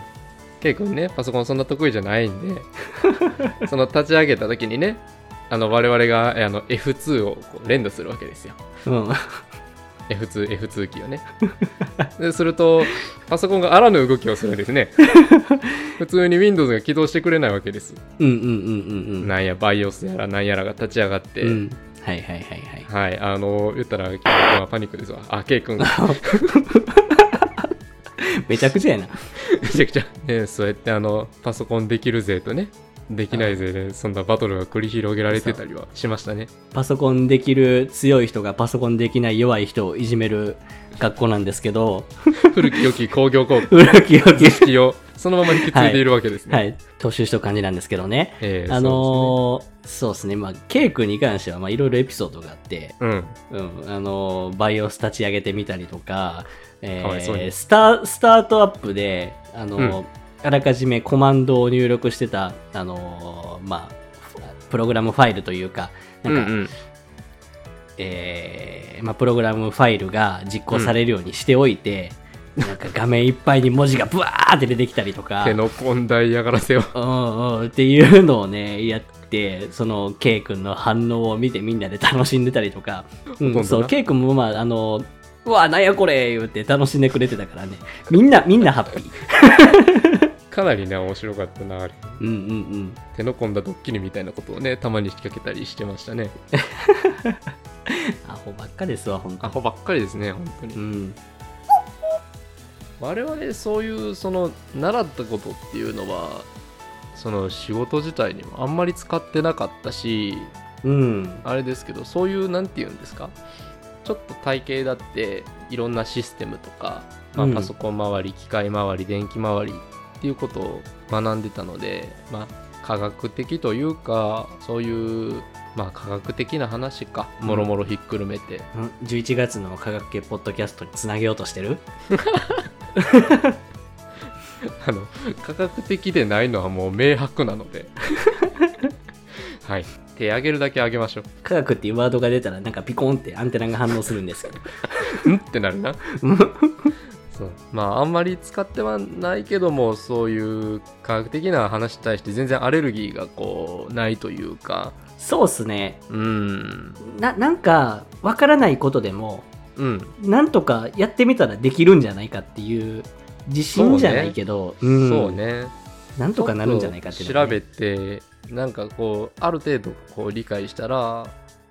Speaker 3: K 君ねパソコンそんな得意じゃないん [laughs] でその立ち上げた時にねあの我々があの F2 をこう連打するわけですよ
Speaker 4: うん。
Speaker 3: F2、F2 キーを [laughs] ね。ですると、パソコンがあらぬ動きをするんですね。普通に Windows が起動してくれないわけです。
Speaker 4: うんうんうんうんうん。
Speaker 3: なんや、BIOS やらなんやらが立ち上がって、
Speaker 4: うん。はいはいはいはい。
Speaker 3: はい、あの、言ったら、君はパニックですわ。あ、K 君、め
Speaker 4: めちゃくちゃやな。
Speaker 3: ちゃくちゃ、ね、そうやって、あの、パソコンできるぜとね、できないぜで、そんなバトルが繰り広げられてたりはしましたね。
Speaker 4: パソコンできる強い人がパソコンできない弱い人をいじめる学校なんですけど、
Speaker 3: 古き良き工業高校
Speaker 4: 古き良き、
Speaker 3: 式をそのまま引き継いでいるわけですね。
Speaker 4: はい、踏襲した感じなんですけどね。
Speaker 3: えー
Speaker 4: あのーそうですね、まあ、K 君に関しては、まあ、いろいろエピソードがあって、
Speaker 3: そうですね
Speaker 4: うん、あのーバイオス立ち上げてみたりとか、えー
Speaker 3: かわいそうに
Speaker 4: スタスタートアップで、あのーあらかじめコマンドを入力してた、あのーまあ、プログラムファイルというか、
Speaker 3: う
Speaker 4: なん
Speaker 3: ん。
Speaker 4: か、
Speaker 3: うんうん
Speaker 4: えーまあ、プログラムファイルが実行されるようにしておいて、なんか画面いっぱいに文字がブワーって出てきたりと
Speaker 3: [laughs]
Speaker 4: か
Speaker 3: 手の込んだ嫌がらせを。
Speaker 4: うんうんっていうのをねやってその K 君の反応を見てみんなで楽しんでたりとか、うん
Speaker 3: ほとんどな
Speaker 4: そう K 君もまああのうわなんやこれ言って楽しんでくれてたからねみんなみんなハッピー
Speaker 3: かなりね面白かったなあれ
Speaker 4: うんうんうん
Speaker 3: 手の込んだドッキリみたいなことをねたまに仕掛けたりしてましたね
Speaker 4: アホばっかですわほん
Speaker 3: ア
Speaker 4: と
Speaker 3: ホばっかりですね本当に、
Speaker 4: うん
Speaker 3: 我々そういうその習ったことっていうのはその仕事自体にもあんまり使ってなかったし
Speaker 4: うん
Speaker 3: あれですけどそういうなんて言うんですかちょっと体系だっていろんなシステムとか、まあ
Speaker 4: うん
Speaker 3: パソコン周り機械周り電気周りっていうことを学んでたので、まあ、科学的というかそういう、まあ、科学的な話か
Speaker 4: うん
Speaker 3: もろもろひっくるめて、
Speaker 4: うん11月の科学系ポッドキャストにつなげようとしてる
Speaker 3: あの科学的でないのはもう明白
Speaker 4: [laughs]
Speaker 3: なのではい手上げるだけ上げましょ
Speaker 4: 科学っていうワードが出たらなんかピコンってアンテナが反応するんですけど
Speaker 3: ううんってなるな [laughs] そうまああんまり使ってはないけどもそういう科学的な話に対して全然アレルギーがこうないというか
Speaker 4: そうっすね
Speaker 3: うん
Speaker 4: ななんかわからないことでも
Speaker 3: うん
Speaker 4: なんとかやってみたらできるんじゃないかっていう自信じゃないけどう,、ん
Speaker 3: そうね
Speaker 4: なんとかなるんじゃないかっていう
Speaker 3: ち
Speaker 4: のが
Speaker 3: ょっと調
Speaker 4: ね
Speaker 3: べてなんかこうある程度こう理解したら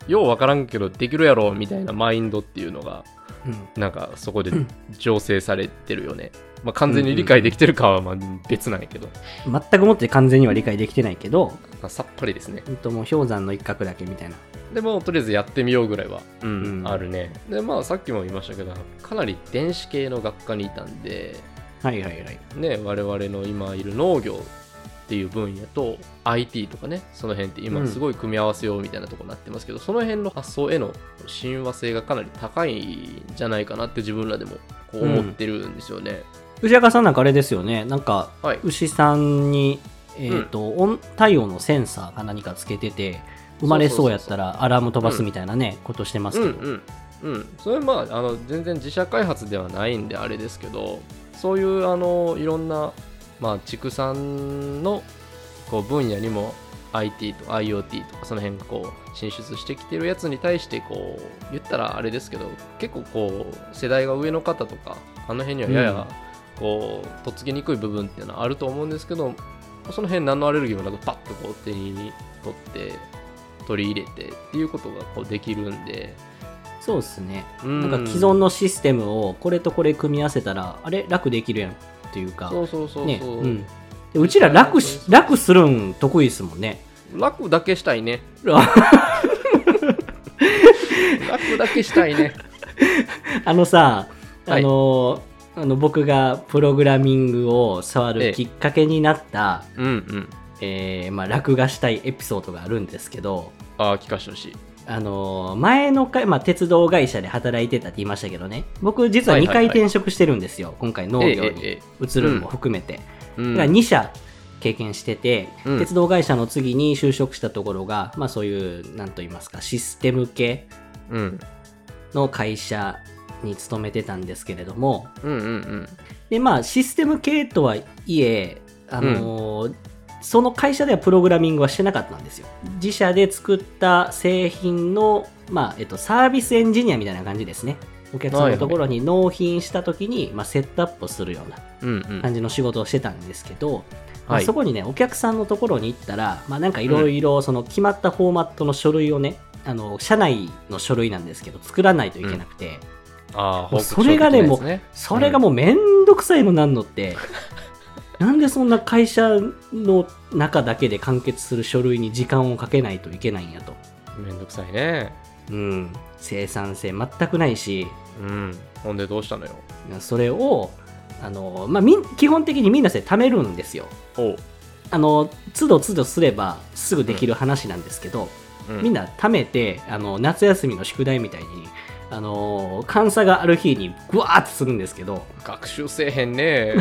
Speaker 3: ようわからんけどできるやろみたいなマインドっていうのが
Speaker 4: うん
Speaker 3: なんかそ [laughs] こで醸成されてるよね、まあ、完全に理解できてるかはまあ別なんやけど、
Speaker 4: 全くもって完全には理解できてないけど、
Speaker 3: まあさっぱりですね
Speaker 4: ほんともう氷山の一角だけみたいな。
Speaker 3: でもとりあえずやってみようぐらいは、うん
Speaker 4: うん
Speaker 3: あるねでまあさっきも言いましたけどかなり電子系の学科にいたんで
Speaker 4: はいはいはい。
Speaker 3: ね我々の今いる農業っていう分野と IT とかねその辺って
Speaker 4: う
Speaker 3: 今
Speaker 4: ん
Speaker 3: すごい組み合わせようみたいなところになってますけど、その辺の発想への親和性がかなり高いんじゃないかなって自分らでもこう思ってるんですよね、
Speaker 4: 牛若さんなんかあれですよね、なんか
Speaker 3: はい
Speaker 4: 牛さんに、えーと温太陽のセンサーか何かつけてて、生まれそうやったらアラーム飛ばすみたいなね、ことしてます
Speaker 3: うん
Speaker 4: け
Speaker 3: う
Speaker 4: ど。
Speaker 3: んうんそれまああの全然自社開発ではないんであれですけどそういうあのいろんな、まあ、畜産のこう分野にも IT と IoT とかその辺がこう進出してきてるやつに対してこう言ったらあれですけど結構こう世代が上の方とかあの辺にはややこうとっつきにくい部分っていうのはあると思うんですけどその辺何のアレルギーもなくパッとこう手に取って取り入れてっていうことがこうできるんで
Speaker 4: そうですね。
Speaker 3: な
Speaker 4: なんか既存のシステムをこれとこれ組み合わせたら、あれ楽できるやんっていうか。
Speaker 3: そうそうそうそう、
Speaker 4: ね、うん。でうちら楽し、楽するん得意ですもんね。 [laughs]
Speaker 3: 楽だけしたいね楽だけしたいね
Speaker 4: あのさ、
Speaker 3: はい
Speaker 4: あのあの僕がプログラミングを触るきっかけになった、
Speaker 3: うんうん
Speaker 4: えーまあ、落画したいエピソードがあるんですけど、
Speaker 3: ああ聞かしてほしい
Speaker 4: あの前の回、まあ、鉄道会社で働いてたって言いましたけどね僕実は
Speaker 3: はい
Speaker 4: 2
Speaker 3: はいはい
Speaker 4: 回転職してるんですよ、今回農業
Speaker 3: えええ
Speaker 4: に
Speaker 3: え
Speaker 4: 移るのも含めて、
Speaker 3: うん
Speaker 4: だから2社経験してて、
Speaker 3: うん
Speaker 4: 鉄道会社の次に就職したところが、まあ、そういうなんと言いますかシステム系
Speaker 3: うん
Speaker 4: の会社に勤めてたんですけれども、
Speaker 3: うんうん
Speaker 4: でまあシステム系とはいえ、あのーその会社ではプログラミングはしてなかったんですよ自社で作った製品の、まあえっと、サービスエンジニアみたいな感じですねお客さんのところに納品した時に、まあ、セットアップをするような
Speaker 3: うんうん
Speaker 4: 感じの仕事をしてたんですけど、まあ
Speaker 3: はい
Speaker 4: そこにねお客さんのところに行ったら、まあ、なんかいろいろその決まったフォーマットの書類をね、あの社内の書類なんですけど作らないといけなくて、
Speaker 3: ああ
Speaker 4: もうそれがね
Speaker 3: 報告書的なやつ
Speaker 4: それがもうめんどくさいのなんのって、
Speaker 3: [laughs]
Speaker 4: なんでそんな会社の中だけで完結する書類に時間をかけないといけないんやと。
Speaker 3: めんどくさいね
Speaker 4: うん。生産性全くないし、
Speaker 3: うんほんでどうしたのよ
Speaker 4: それを、あの、まあ、みん、基本的にみんなで貯めるんですよ。
Speaker 3: おう、
Speaker 4: あの、都度都度すればすぐできる話なんですけど、
Speaker 3: うん、
Speaker 4: みんな貯めて、あの、夏休みの宿題みたいに、あの、監査がある日にぐわーってするんですけど、
Speaker 3: 学習せえへ
Speaker 4: [laughs]
Speaker 3: んね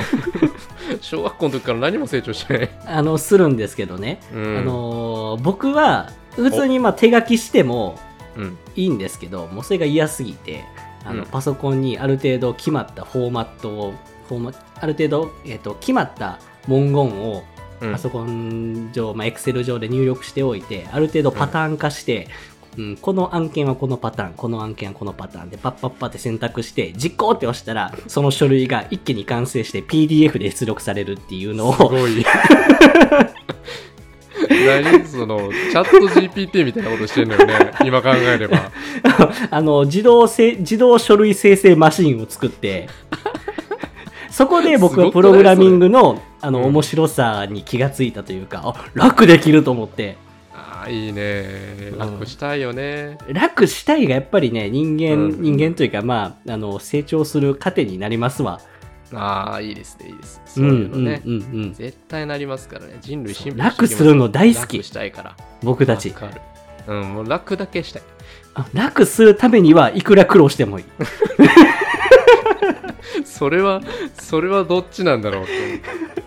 Speaker 3: 小学校の時から何も成長してない、
Speaker 4: あの、するんですけどね。
Speaker 3: うん、
Speaker 4: あのー僕は普通にまあ手書きしても
Speaker 3: うん
Speaker 4: いいんですけどもうそれが嫌すぎてあの、
Speaker 3: うん
Speaker 4: パソコンにある程度決まったフォーマットをフォーマある程度、えっと決まった文言を
Speaker 3: うん
Speaker 4: パソコン上、まあ、Excel 上で入力しておいてある程度パターン化して、うん、この案件はこのパターンこの案件はこのパターンでパッパッパって選択して実行って押したらその書類が一気に完成して PDF で出力されるっていうのを
Speaker 3: すごい何そのチャット GPT みたいなことしてんのよね今考えれば
Speaker 4: [laughs] あの、自動せ、自動書類生成マシンを作
Speaker 3: [laughs]
Speaker 4: って、そこで僕は
Speaker 3: すご
Speaker 4: プ
Speaker 3: くない
Speaker 4: ログラミングの、あ
Speaker 3: う
Speaker 4: の、
Speaker 3: ん
Speaker 4: 面白さに気がついたというか、あ、楽できると思って。
Speaker 3: ああいいね
Speaker 4: うん
Speaker 3: 楽したいよね、
Speaker 4: 楽したいがやっぱりね、人間、
Speaker 3: うん
Speaker 4: 人間というか、まあ、あの、成長する糧になりますわ。
Speaker 3: ああいいですねいいです
Speaker 4: う
Speaker 3: そ
Speaker 4: ん
Speaker 3: う
Speaker 4: う
Speaker 3: いうの
Speaker 4: ん
Speaker 3: ね、
Speaker 4: うんうん。
Speaker 3: 絶対なりますからね人類進歩
Speaker 4: 楽
Speaker 3: してき
Speaker 4: す
Speaker 3: ま
Speaker 4: るの大好
Speaker 3: 楽
Speaker 4: き
Speaker 3: し。たいから
Speaker 4: 僕たち
Speaker 3: わ。かるうんもう楽だけしたい [laughs]
Speaker 4: あ楽するためにはいくら苦労してもいい。
Speaker 3: それはそれはどっちなんだろうって思って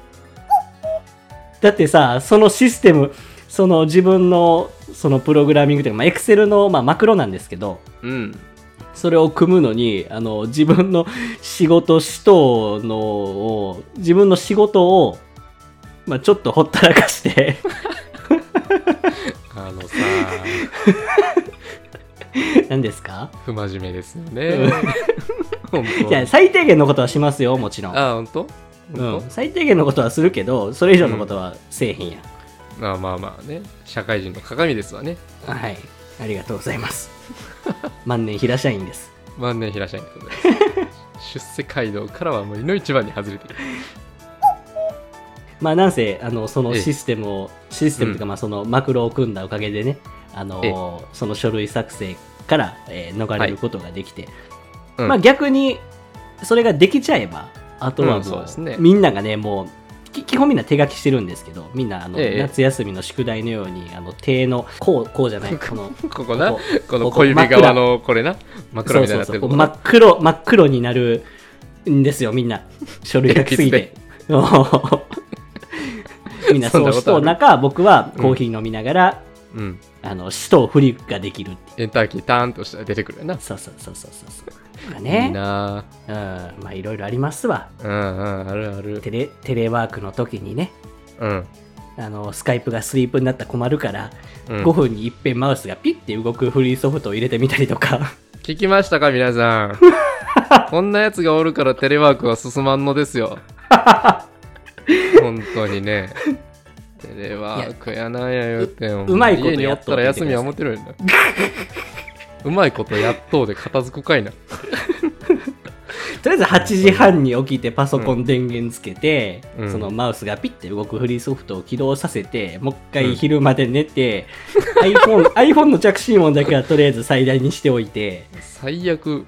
Speaker 4: だってさ、そのシステム、その自分のそのプログラミングというか、まあ、Excel の、まあ、マクロなんですけど、
Speaker 3: うん
Speaker 4: それを組むのに、あの、自分の仕事、使徒のを、自分の仕事を、まあ、ちょっとほったらかして、
Speaker 3: あのさ
Speaker 4: 何ですか
Speaker 3: 不真面目ですよね本
Speaker 4: いや、
Speaker 3: 当
Speaker 4: 最低限のことはしますよ、もちろん。
Speaker 3: あ本当
Speaker 4: うん
Speaker 3: 本、
Speaker 4: 最低限のことはするけど、それ以上のことはせえへんや、
Speaker 3: 当、あまあまあね社会人の鏡ですわね
Speaker 4: ん。はい。ありがとうございます。万年平社員です。
Speaker 3: 万年平社員でございます出世街道からはもういの一番に外れてる
Speaker 4: まあなんせあのその
Speaker 3: ええ
Speaker 4: システムをシステムというか、
Speaker 3: うん
Speaker 4: まあそのマクロを組んだおかげでねあのーその書類作成から、えー逃れることができて、
Speaker 3: うん
Speaker 4: まあ逆にそれができちゃえばあとは
Speaker 3: う
Speaker 4: も
Speaker 3: んそう
Speaker 4: う,、
Speaker 3: ですね
Speaker 4: みんながねもうき基本みんな手書きしてるんですけどみんなあの、
Speaker 3: ええ
Speaker 4: 夏休みの宿題のようにあの手のこうこうじゃないこの
Speaker 3: [laughs] ここな
Speaker 4: こ
Speaker 3: こ
Speaker 4: こ
Speaker 3: の小指側のこれな枕
Speaker 4: そう
Speaker 3: みたいに
Speaker 4: そ
Speaker 3: な
Speaker 4: うそう
Speaker 3: ってる
Speaker 4: ことう
Speaker 3: こ
Speaker 4: 真
Speaker 3: な
Speaker 4: っ黒真っ黒になるんですよみんな書類書きすぎて [laughs] みんなそうしとう中僕はコーヒー飲みながら、
Speaker 3: うん
Speaker 4: あの死とフリックができるっていう
Speaker 3: エンターキーターンとしたら出てくるよな、
Speaker 4: そうそうそうそうそうそうとか
Speaker 3: いい
Speaker 4: ね
Speaker 3: な
Speaker 4: うんまあいろいろありますわ
Speaker 3: うんうんあるある
Speaker 4: テレテレワークの時にね
Speaker 3: うん、
Speaker 4: あのスカイプがスリープになったら困るから、
Speaker 3: うん
Speaker 4: 5分に一遍マウスがピッて動くフリーソフトを入れてみたりとか
Speaker 3: 聞きましたか皆さ
Speaker 4: [laughs]
Speaker 3: んこんなやつがおるからテレワークは進まんのです
Speaker 4: [laughs]
Speaker 3: よ本当にねテレワークやなんや言うても
Speaker 4: ううまいこと
Speaker 3: 家にお
Speaker 4: や
Speaker 3: っ
Speaker 4: っと
Speaker 3: た
Speaker 4: う
Speaker 3: ら
Speaker 4: て言ってくださ
Speaker 3: 休
Speaker 4: い
Speaker 3: みは持てるんだうまいことやっとうで片付くかいな
Speaker 4: とりあえず8時半に起きてパソコン電源つけて、
Speaker 3: うん
Speaker 4: そのマウスがピッて動くフリーソフトを起動させてもう一
Speaker 3: う
Speaker 4: 回
Speaker 3: ん
Speaker 4: 昼まで寝て、iPhone, iPhone の着信音だけはとりあえず最大にしておいて。
Speaker 3: 最悪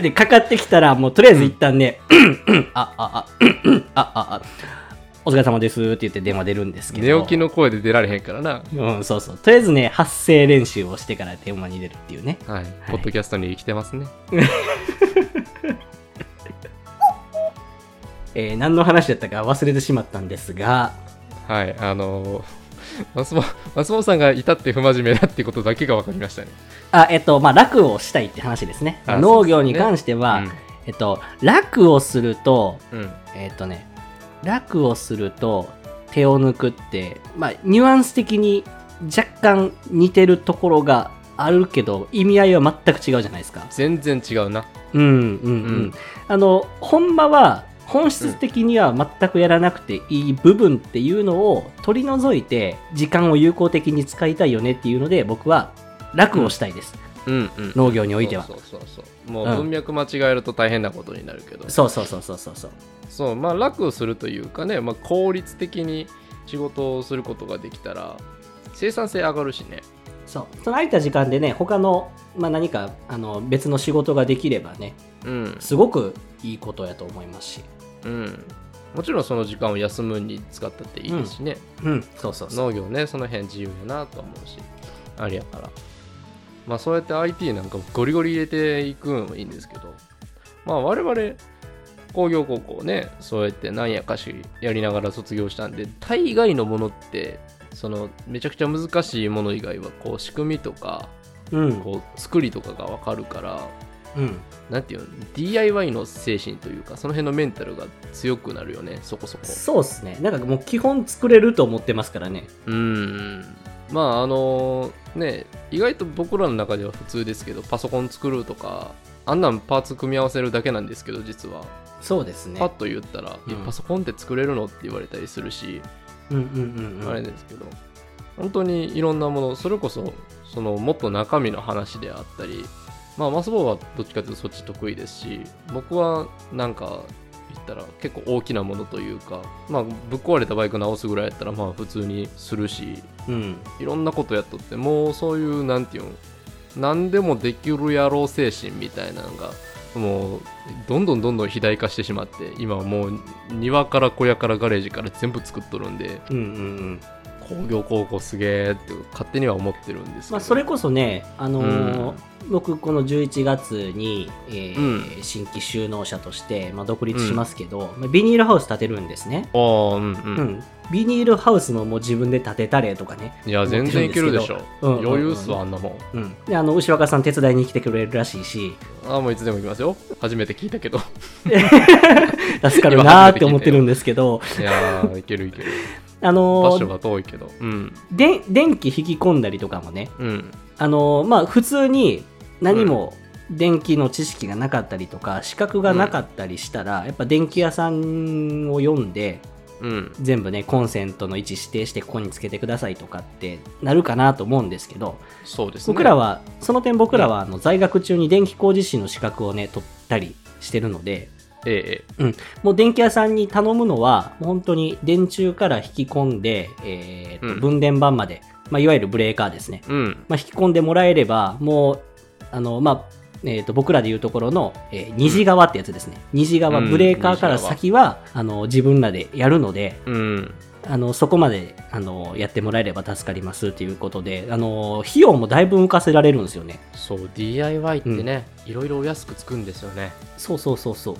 Speaker 4: で、かかってきたら、もうとりあえず一旦ね、あ、あ、あ、うんあ、あ、あ、お疲れ様ですって言って電話出るんですけど。
Speaker 3: 寝起きの声で出られへんからな
Speaker 4: うん、そうそう。とりあえずね、発声練習をしてから電話に出るっていうね。
Speaker 3: はい、ポッドキャストに生きてますね
Speaker 4: えー何の話だったか忘れてしまったんですが、
Speaker 3: はいあのー、松本松本さんがいたって不真面目だってことだけが分かりましたね
Speaker 4: あ、えっと、まあ、楽をしたいって話ですね。
Speaker 3: あ
Speaker 4: 農業に関しては、えっと、楽をすると、
Speaker 3: うん、うん、
Speaker 4: えっとね、楽をすると手を抜くって、まあ、ニュアンス的に若干似てるところがあるけど、意味合いは全く違うじゃないですか。
Speaker 3: 全然違うな
Speaker 4: うんうんうん。
Speaker 3: うん
Speaker 4: あの、ほんまは、本質的には全くやらなくていい部分っていうのを取り除いて、時間を有効的に使いたいよねっていうので、僕は楽をしたいです。
Speaker 3: うんうん
Speaker 4: 農業においては。
Speaker 3: そうそうそうそうもう
Speaker 4: うん
Speaker 3: 文脈間違えると大変なことになるけど、
Speaker 4: そうそうそうそうそうそう。
Speaker 3: そうまあ楽をするというかね、まあ、効率的に仕事をすることができたら生産性上がるしね
Speaker 4: そう。その空いた時間でね、他の、まあ、何か、あの、別の仕事ができればね、
Speaker 3: うん、
Speaker 4: すごくいいことやと思いますし。
Speaker 3: うん、もちろんその時間を休むに使ったっていいですしね、
Speaker 4: うん、そうそうそう。
Speaker 3: 農業ねその辺自由やなとは思うしあれやからまあそうやって IT なんかゴリゴリ入れていくのもいいんですけどまあ我々工業高校ねそうやってなんやかしやりながら卒業したんで大概のものってそのめちゃくちゃ難しいもの以外はこう仕組みとか
Speaker 4: うん、
Speaker 3: こう作りとかが分かるから
Speaker 4: うん。
Speaker 3: なんていうの DIY の精神というかその辺のメンタルが強くなるよねそこそこ
Speaker 4: そうっすね。なんかもう基本作れると思ってますからね。
Speaker 3: うんまああのね意外と僕らの中では普通ですけどパソコン作るとかあんなんパーツ組み合わせるだけなんですけど実は
Speaker 4: そうですね
Speaker 3: パッ。と言ったら、
Speaker 4: うん
Speaker 3: いやパソコンって作れるのって言われたりするし、
Speaker 4: うんうんうん。
Speaker 3: あれ
Speaker 4: ね。
Speaker 3: ですけど本当にいろんなものそれこそそのもっと中身の話であったりまあマスボーはどっちかというとそっち得意ですし僕はなんか言ったら結構大きなものというかまあぶっ壊れたバイク直すぐらいやったらまあ普通にするし
Speaker 4: うん。
Speaker 3: いろんなことやっとってもうそういうなんていうん何でもできるやろう精神みたいなのがもうどんどんどんどん肥大化してしまって今はもう庭から小屋からガレージから全部作っとるんで
Speaker 4: うんうんうん
Speaker 3: 工業高校すげえって勝手には思ってるんですけど、
Speaker 4: まあ、それこそね、あのー僕、この11月に、えー新規就農者として、まあ、独立しますけど、まあ、ビニールハウス建てるんですね、
Speaker 3: ああうんうん、
Speaker 4: うんビニールハウスももう自分で建てたれとかね、
Speaker 3: いや全然いけるでし
Speaker 4: 思ってるん
Speaker 3: ょ
Speaker 4: ですけどうんうんうん
Speaker 3: 余裕っすわあんなもん
Speaker 4: うん、であの牛若さん、手伝いに来てくれるらしい
Speaker 3: [laughs]
Speaker 4: し、
Speaker 3: ああもういつでも行きますよ初めて聞いたけど
Speaker 4: 助かるなーって思ってるんですけど、
Speaker 3: いやーいけるいけ [laughs] る
Speaker 4: あの
Speaker 3: 場所
Speaker 4: ー
Speaker 3: が遠いけどうん
Speaker 4: で電気引き込んだりとかもね、
Speaker 3: うん
Speaker 4: あのーまあ、普通に何も電気の知識がなかったりとか、資格がなかったりしたら、やっぱ電気屋さんを読んで、
Speaker 3: うん
Speaker 4: 全部ねコンセントの位置指定してここにつけてくださいとかってなるかなと思うんですけど
Speaker 3: そうですね
Speaker 4: 僕らはその点僕らはあの在学中に電気工事士の資格をね取ったりしてるので
Speaker 3: え
Speaker 4: もう電気屋さんに頼むのはもう本当に電柱から引き込んで、えーと
Speaker 3: うん
Speaker 4: 分電盤まで、まあ、いわゆるブレーカーですね、
Speaker 3: えうん
Speaker 4: まあ、引き込んでもらえればもうあのまあえー、と僕らでいうところの、えー虹側ってやつですね、虹側、
Speaker 3: うん
Speaker 4: ブレーカーから先は、あの自分らでやるので、
Speaker 3: うん
Speaker 4: あのそこまであのやってもらえれば助かりますということであの費用もだいぶ浮かせられるんですよね
Speaker 3: そう DIY ってね、いろいろお安くつくんですよね
Speaker 4: そうそうそうそう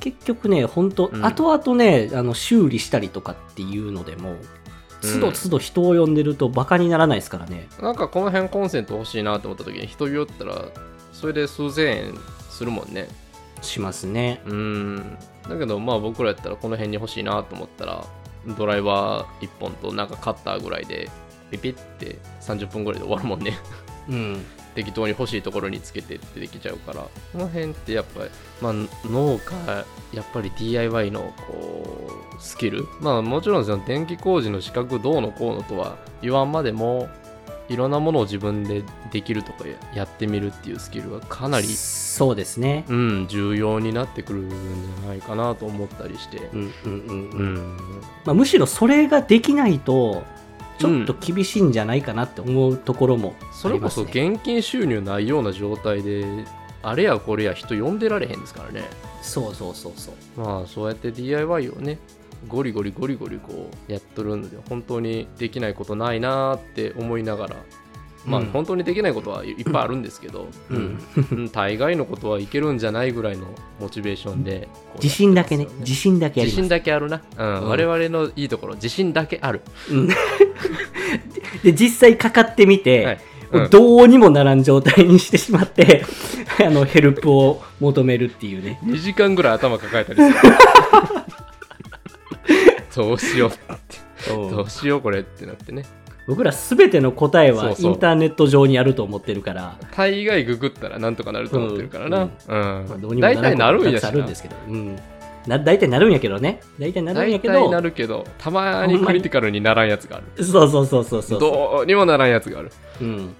Speaker 4: 結局ね本当、
Speaker 3: うん
Speaker 4: 後々ねあの修理したりとかっていうのでも都度都度人を呼んでるとバカにならないですからね、
Speaker 3: なんかこの辺コンセント欲しいなと思った時に人寄ったらそれで数千円するもんね
Speaker 4: しますね
Speaker 3: うーんだけどまあ僕らやったらこの辺に欲しいなと思ったらドライバー1本となんかカッターぐらいでピピって30分ぐらいで終わるもんね [laughs]
Speaker 4: うん
Speaker 3: 適当に欲しいところにつけてってできちゃうからこの辺ってやっぱり、まあ、農家やっぱり DIY のこうスキルまあもちろんその電気工事の資格どうのこうのとは言わんまでもいろんなものを自分でできるとかややってみるっていうスキルはかなり
Speaker 4: そうですね
Speaker 3: うん、重要になってくるんじゃないかなと思ったりして、
Speaker 4: うんうんうんう、
Speaker 3: うんん、
Speaker 4: まあ、むしろそれができないとちょっと厳しいんじゃないかなって思うところも
Speaker 3: そ
Speaker 4: あ
Speaker 3: れ
Speaker 4: り
Speaker 3: こ
Speaker 4: ます
Speaker 3: そ
Speaker 4: ね、
Speaker 3: 現金収入ないような状態で、あれやこれや人呼んでられへんですからね、
Speaker 4: そうそうそうそう
Speaker 3: まあそうやって DIY をね、ゴリゴリゴリゴリこうやっとるんで、本当にできないことないなーって思いながら、まあ
Speaker 4: うん
Speaker 3: 本当にできないことはいいっぱいあるんですけど、
Speaker 4: うん
Speaker 3: うん大概のことはいけるんじゃないぐらいのモチベーションで、こう
Speaker 4: 自信だけね
Speaker 3: やってますよ
Speaker 4: 自信だけやり
Speaker 3: 自
Speaker 4: ます
Speaker 3: 信だけあるな、うん
Speaker 4: うん
Speaker 3: 我々のいいところ自信だけある、
Speaker 4: うんでで実際かかってみて、
Speaker 3: はいうん
Speaker 4: どうにもならん状態にしてしまって
Speaker 3: [laughs]
Speaker 4: あのヘルプを求めるっていうね
Speaker 3: 2時間ぐらい頭抱えたりす
Speaker 4: [laughs]
Speaker 3: るどうしようどうしようこれってなってね
Speaker 4: 僕ら全ての答え
Speaker 3: そ
Speaker 4: は
Speaker 3: う
Speaker 4: イ
Speaker 3: そう
Speaker 4: ンターネット上にあると思ってるから
Speaker 3: 大概ググったらなんとかなると思ってるからな、うん
Speaker 4: まあどうにも
Speaker 3: 大
Speaker 4: なら
Speaker 3: 体
Speaker 4: ん
Speaker 3: な
Speaker 4: こと
Speaker 3: るん
Speaker 4: た
Speaker 3: や
Speaker 4: く
Speaker 3: し
Speaker 4: さん
Speaker 3: な
Speaker 4: あるんですけど、うん、な大体なるんやけどね大体なるんや
Speaker 3: 大
Speaker 4: けど
Speaker 3: 体なるけどたまにクリティカルにならんやつがある
Speaker 4: そうそうそうそうそう
Speaker 3: どうにもならんやつがある
Speaker 4: うん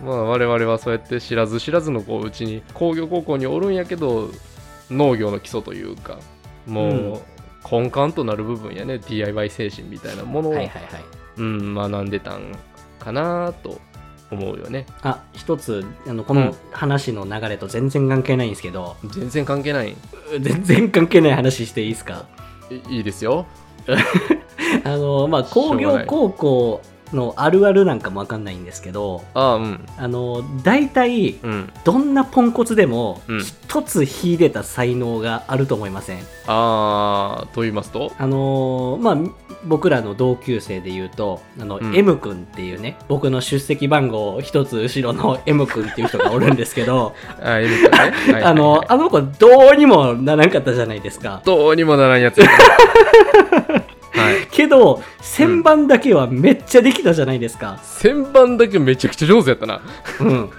Speaker 3: まあ我々はそうやって知らず知らずのこううちに工業高校におるんやけど農業の基礎というか
Speaker 4: うん
Speaker 3: もう根幹となる部分やね DIY 精神みたいなものを、
Speaker 4: はいはいはい
Speaker 3: うん、学んでたんかなと思うよね
Speaker 4: あ一つあのこ
Speaker 3: う
Speaker 4: の
Speaker 3: ん
Speaker 4: 話の流れと全然関係ないんですけど、
Speaker 3: 全然関係ない
Speaker 4: 全然関係ない話していいですか
Speaker 3: いいいですよ
Speaker 4: あのまあ
Speaker 3: し
Speaker 4: 工
Speaker 3: ょうがない
Speaker 4: 業高校のあるあるなんかもわかんないんですけど
Speaker 3: ああうん
Speaker 4: あの大体
Speaker 3: うん
Speaker 4: どんなポンコツでも
Speaker 3: うん
Speaker 4: 一つ秀でた才能があると思いません、
Speaker 3: ああと言いますと
Speaker 4: あのまあ僕らの同級生で言うとあの、
Speaker 3: うん
Speaker 4: M 君っていうね僕の出席番号一つ後ろの M 君っていう人がおるんですけど
Speaker 3: あ
Speaker 4: [laughs]
Speaker 3: いるからね [laughs] はいはいはい
Speaker 4: あのあの子どうにもならんかったじゃないですか
Speaker 3: どうにもならんやつや [laughs] はい
Speaker 4: けど旋盤だけはめっちゃできたじゃないですか、
Speaker 3: 旋盤だけめちゃくちゃ上手やったな
Speaker 4: うん、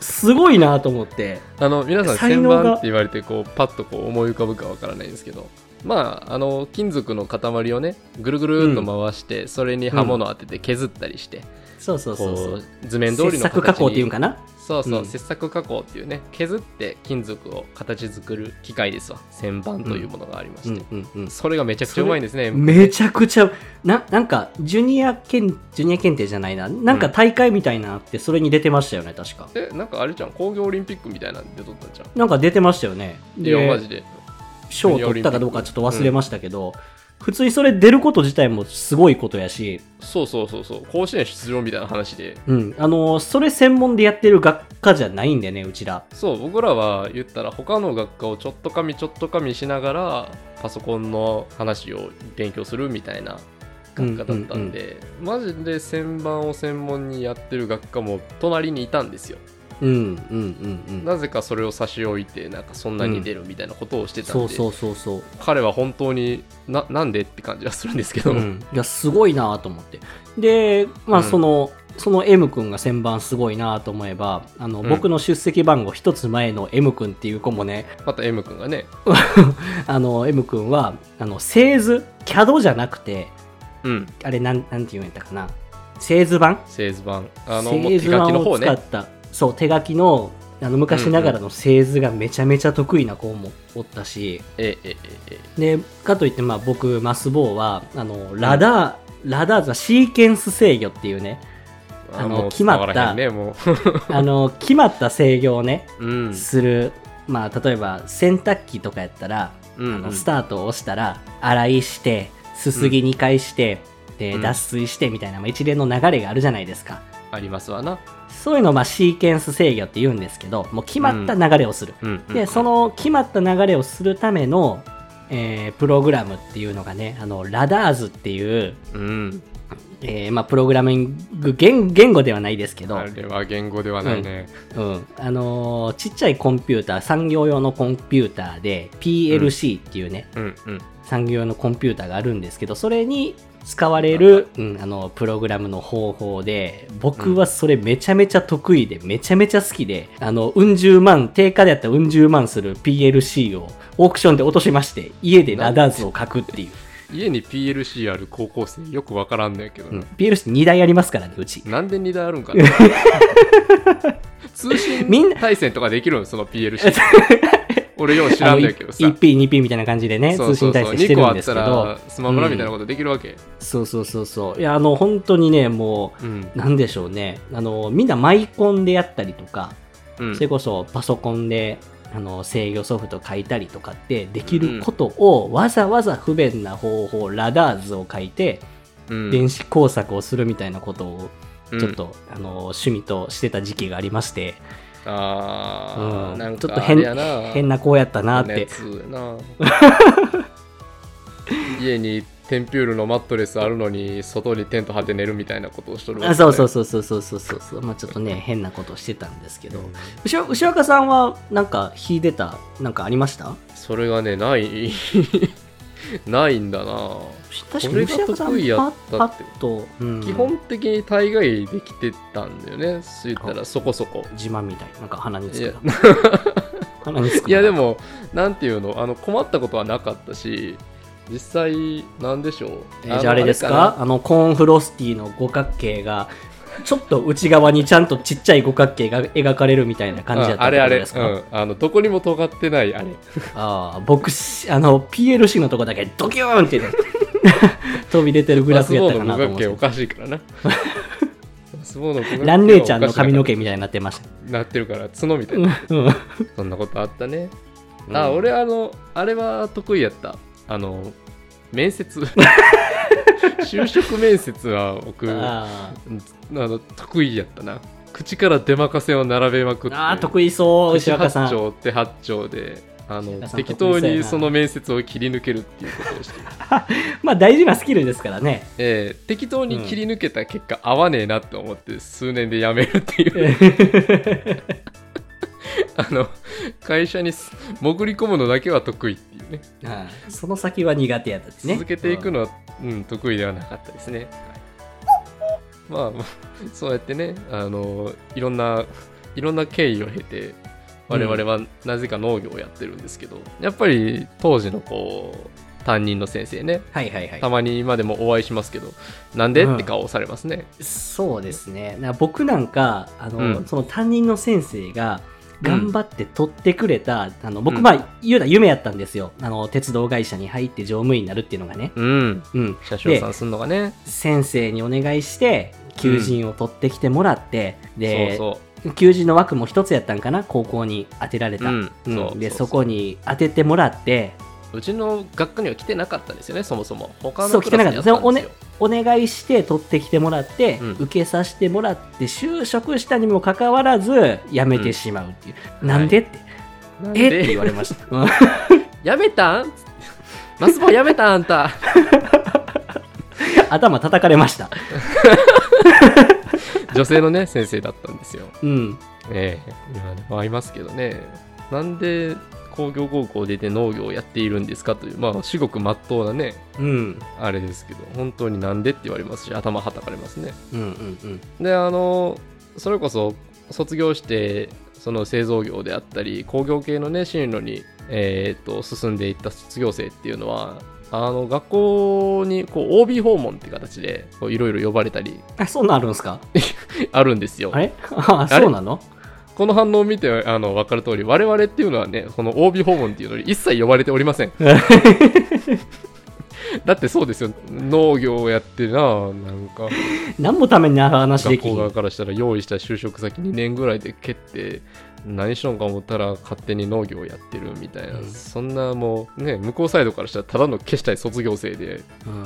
Speaker 4: すごいなと思って、
Speaker 3: あの皆さん
Speaker 4: 才
Speaker 3: 旋
Speaker 4: 能が
Speaker 3: 盤って言われてこうパッとこう思い浮かぶかわからないんですけどまああの金属の塊をねぐるぐるっと回して、それに刃物当てて削ったりして、
Speaker 4: そうそうそうそ
Speaker 3: こ
Speaker 4: う
Speaker 3: う図面通りの
Speaker 4: 切削加工っていうん
Speaker 3: か
Speaker 4: かな
Speaker 3: そうそう、
Speaker 4: うん
Speaker 3: 切削加工っていうね削って金属を形作る機械ですわ旋盤というものがありまして、
Speaker 4: うんうんうん
Speaker 3: それがめちゃくちゃうまいんですね
Speaker 4: めちゃくちゃななんかジュニア検ジュニア検定じゃないななんか大会みたいなのあってそれに出てましたよね確か
Speaker 3: えなんかあれじゃん工業オリンピックみたいなんで撮ったじゃん
Speaker 4: なんか出てましたよね
Speaker 3: いやマジで
Speaker 4: 賞を取ったかどうかちょっと忘れましたけど、普通にそれ出ること自体もすごいことやし、
Speaker 3: そうそうそうそう甲子園出場みたいな話で
Speaker 4: うん、あのそれ専門でやってる学科じゃないんでねうちら
Speaker 3: そう僕らは言ったら他の学科をちょっとかみちょっとかみしながらパソコンの話を勉強するみたいな学科だったんで、マジで旋盤を専門にやってる学科も隣にいたんですよ
Speaker 4: うんうんうんうん
Speaker 3: なぜかそれを差し置いてなんかそんなに出るみたいなことをしてたんで、
Speaker 4: そうそうそうそう、
Speaker 3: 彼は本当にななんでって感じがするんですけど、
Speaker 4: うん、いやすごいなと思ってでまあ
Speaker 3: うん
Speaker 4: その、その M 君が旋盤すごいなと思えばあの、
Speaker 3: うん
Speaker 4: 僕の出席番号一つ前の M 君っていう子もね [laughs]
Speaker 3: また M 君がね、
Speaker 4: あの M 君はあの製図 CAD じゃなくて
Speaker 3: うん、
Speaker 4: あれなんなんて言うんやったかな製図版
Speaker 3: 製図版あのもう
Speaker 4: 製
Speaker 3: 手
Speaker 4: 図
Speaker 3: 書き
Speaker 4: 版
Speaker 3: の方
Speaker 4: を使
Speaker 3: ね
Speaker 4: った、そう手書きのあの昔ながらの製図がめちゃめちゃ得意な子もおったし、
Speaker 3: えええええ
Speaker 4: でかといってまあ僕マスボーはあのラダー、ラダーズシーケンス制御っていうね
Speaker 3: え
Speaker 4: あの
Speaker 3: もう
Speaker 4: 決まった
Speaker 3: 伝わらへんねもう [laughs]
Speaker 4: あの決まった制御をね
Speaker 3: うん
Speaker 4: する、まあ例えば洗濯機とかやったら、
Speaker 3: うん
Speaker 4: あ
Speaker 3: う
Speaker 4: の
Speaker 3: ん
Speaker 4: スタートを押したら洗いしてすすぎ2回して、で
Speaker 3: うん
Speaker 4: 脱水してみたいな、まあ一連の流れが [laughs] あるじゃないですか
Speaker 3: ありますわな
Speaker 4: そういうのをまあシーケンス制御って言うんですけどもう決まった流れをする、
Speaker 3: うんうん
Speaker 4: でその決まった流れをするための、えープログラムっていうのがねあのラダーズっていう、
Speaker 3: うん
Speaker 4: えーまあ、プログラミング言言語ではないですけど、
Speaker 3: あれは言語ではないね、
Speaker 4: うんあのーちっちゃいコンピューター産業用のコンピューターで PLC っていうね、
Speaker 3: うん、うん
Speaker 4: 産業用のコンピューターがあるんですけどそれに使われる、うん、あのプログラムの方法で僕はそれめちゃめちゃ得意で、めちゃめちゃ好きであのうん十万定価であったらうん十万する PLC をオークションで落としまして家でラダーズを書くっていう、
Speaker 3: 家に PLC ある高校生よくわからんねんけど
Speaker 4: うん
Speaker 3: な、
Speaker 4: PLC2 台ありますからねうち
Speaker 3: なんで2台ある
Speaker 4: [laughs]
Speaker 3: んかな通信
Speaker 4: みんな
Speaker 3: 対戦とかできるのその PLC 俺よう知らんねんけどさ
Speaker 4: 1P2P みたいな感じでね
Speaker 3: そう
Speaker 4: 通信
Speaker 3: そうそう
Speaker 4: 対戦してるんですけ
Speaker 3: 2個あ
Speaker 4: ど
Speaker 3: ったらスマブラみたいなことできるわけ、
Speaker 4: そうそうそうそういやあの本当にねも
Speaker 3: うん
Speaker 4: うなんでしょうねあのみんなマイコンでやったりとか
Speaker 3: うん
Speaker 4: それこそパソコンであの制御ソフト書いたりとかってできることをわざわざ不便な方法ラダーズを書いて
Speaker 3: うん
Speaker 4: 電子工作をするみたいなことを
Speaker 3: うん
Speaker 4: ちょっと、あの趣味としてた時期がありまして、
Speaker 3: あー、
Speaker 4: うん
Speaker 3: なんか
Speaker 4: ちょっと
Speaker 3: あ
Speaker 4: 変
Speaker 3: れやな
Speaker 4: 変な子やったなっ
Speaker 3: 変な
Speaker 4: て
Speaker 3: やつやな [laughs] 家にテンピュールのマットレスあるのに外にテント張って寝るみたいなことをしとるわけね
Speaker 4: あそうそうそうそうそうそうそうそうまあちょっとね変なことをしてたんですけど
Speaker 3: うん
Speaker 4: 牛牛若さんはなんか秀でたなんかありました
Speaker 3: それがねない [laughs] ないんだな
Speaker 4: 確
Speaker 3: こ
Speaker 4: かに
Speaker 3: れ
Speaker 4: 牛
Speaker 3: が
Speaker 4: 若さん
Speaker 3: 得意やっ
Speaker 4: パ
Speaker 3: た
Speaker 4: ッ
Speaker 3: って
Speaker 4: パッと、うん
Speaker 3: 基本的に大概できてたんだよね言ったらそこそこ
Speaker 4: 自慢みたいなんか鼻につ
Speaker 3: いや
Speaker 4: くな [laughs] 鼻につくない
Speaker 3: やでもなんていうのあの困ったことはなかったし実際なんでしょう
Speaker 4: えーじゃああれですか
Speaker 3: のあれ
Speaker 4: あのコーンフロスティの五角形がちょっと内側にちゃんとちっちゃい五角形が描かれるみたいな
Speaker 3: か
Speaker 4: 感
Speaker 3: な
Speaker 4: じだっ
Speaker 3: うんあ
Speaker 4: た
Speaker 3: れあ
Speaker 4: ん
Speaker 3: れ、
Speaker 4: です
Speaker 3: う
Speaker 4: か、
Speaker 3: ん、あのどこにも尖ってないあれ
Speaker 4: ああ僕しあの PLC のとこだけドキューンって
Speaker 3: [laughs]
Speaker 4: ね飛び出てるグ
Speaker 3: グ
Speaker 4: ラ
Speaker 3: ラ
Speaker 4: ス
Speaker 3: ス
Speaker 4: や
Speaker 3: ボ
Speaker 4: った
Speaker 3: ー
Speaker 4: か
Speaker 3: の
Speaker 4: な
Speaker 3: 五
Speaker 4: と思
Speaker 3: 角
Speaker 4: っ
Speaker 3: 形
Speaker 4: て
Speaker 3: おかしいから [laughs] なラスボーの五角形
Speaker 4: ラン姉ちゃんの髪の
Speaker 3: 毛
Speaker 4: 毛みたいになってました
Speaker 3: なってるから角みたいな
Speaker 4: うん
Speaker 3: そんなことあったね
Speaker 4: うん
Speaker 3: あ、俺あのあれは得意やったあの面
Speaker 4: [laughs]
Speaker 3: 接就職面接は僕あ
Speaker 4: あ
Speaker 3: の得意やったな口から出まかせを並べまくって
Speaker 4: ああ得意そう
Speaker 3: 口
Speaker 4: 牛若さ
Speaker 3: 八
Speaker 4: ん
Speaker 3: 丁手八丁であ
Speaker 4: 牛
Speaker 3: の
Speaker 4: 若さん
Speaker 3: 適当
Speaker 4: 得意そうや
Speaker 3: に
Speaker 4: な
Speaker 3: その面接を切り抜けるっていうこと
Speaker 4: [laughs]
Speaker 3: をして、
Speaker 4: まあ大事なスキルですからね
Speaker 3: えー適当に切り抜けた結果、合わねえなと思って数年で辞めるっ
Speaker 4: [laughs]
Speaker 3: ていうあの会社にす潜り込むのだけは得意っていうね
Speaker 4: ああその先は苦手やったってね
Speaker 3: 続けていくのは、うん、得意ではなかったですね。まあまあ、そうやってね、あの、いろんな、いろんな経緯を経て、我々はなぜか農業をやってるんですけど、やっぱり当時のこう、担任の先生ね
Speaker 4: はいはいはい
Speaker 3: たまに今でもお会いしますけどなんで、
Speaker 4: うん
Speaker 3: って顔をされますね
Speaker 4: そうですね。な僕なんか、あの、
Speaker 3: うん
Speaker 4: その担任の先生が、
Speaker 3: うん
Speaker 4: 頑張って取ってくれた、あの、
Speaker 3: う
Speaker 4: 僕、
Speaker 3: ん
Speaker 4: まあ、言うたら夢やったんですよ。あの、鉄道会社に入って乗務員になるっていうのがね。
Speaker 3: うん
Speaker 4: うん。
Speaker 3: 車掌さんすんのがね
Speaker 4: 先生にお願いして、求人を取ってきてもらって、で、
Speaker 3: そうそ
Speaker 4: 求人の枠も一つやったんかな、高校に当てられた。
Speaker 3: う、う
Speaker 4: うん
Speaker 3: ん、そう
Speaker 4: で、
Speaker 3: う
Speaker 4: そこに当ててもらって、
Speaker 3: うちの学科には来てなかったですよねそもそも他
Speaker 4: そう
Speaker 3: のク
Speaker 4: 来てなか
Speaker 3: ラスに
Speaker 4: った
Speaker 3: やったんですよ
Speaker 4: お願いして取ってきてもらって、
Speaker 3: うん
Speaker 4: 受けさせてもらって就職したにもかかわらず辞めてしまうっていう、
Speaker 3: うん
Speaker 4: なんでって、
Speaker 3: なん
Speaker 4: えっ
Speaker 3: で
Speaker 4: て言われました、うん [laughs]
Speaker 3: やめたん [laughs] マスボやめたんあんた
Speaker 4: 頭叩かれました
Speaker 3: 女性のね先生だったんですよ
Speaker 4: うん
Speaker 3: ええ今でもありますけどねなんで工業高校出て農業をやっているんですかというまあ至極真っ当なね
Speaker 4: うん
Speaker 3: あれですけど本当になんでって言われますし頭はたかれますね
Speaker 4: うんうんうん
Speaker 3: であのそれこそ卒業してその製造業であったり工業系のね進路に、えー、と進んでいった卒業生っていうのはあの学校にこう OB 訪問って形でこういろいろ呼ばれたり
Speaker 4: あそんなんあるんですか
Speaker 3: あるんですよ
Speaker 4: あ。れあ
Speaker 3: あれ
Speaker 4: そうなの
Speaker 3: この反応を見てあの分かる通り我々っていうのはねこの OB 訪問っていうのに一切呼ばれておりません。だってそうですよ農業をやってななんか
Speaker 4: 何のためにあの話でき
Speaker 3: 学校
Speaker 4: る
Speaker 3: 側からしたら用意した就職先2年ぐらいで蹴って何しろんか思ったら勝手に農業をやってるみたいな、
Speaker 4: うん
Speaker 3: そんなもうね向こうサイドからしたらただの消したい卒業生で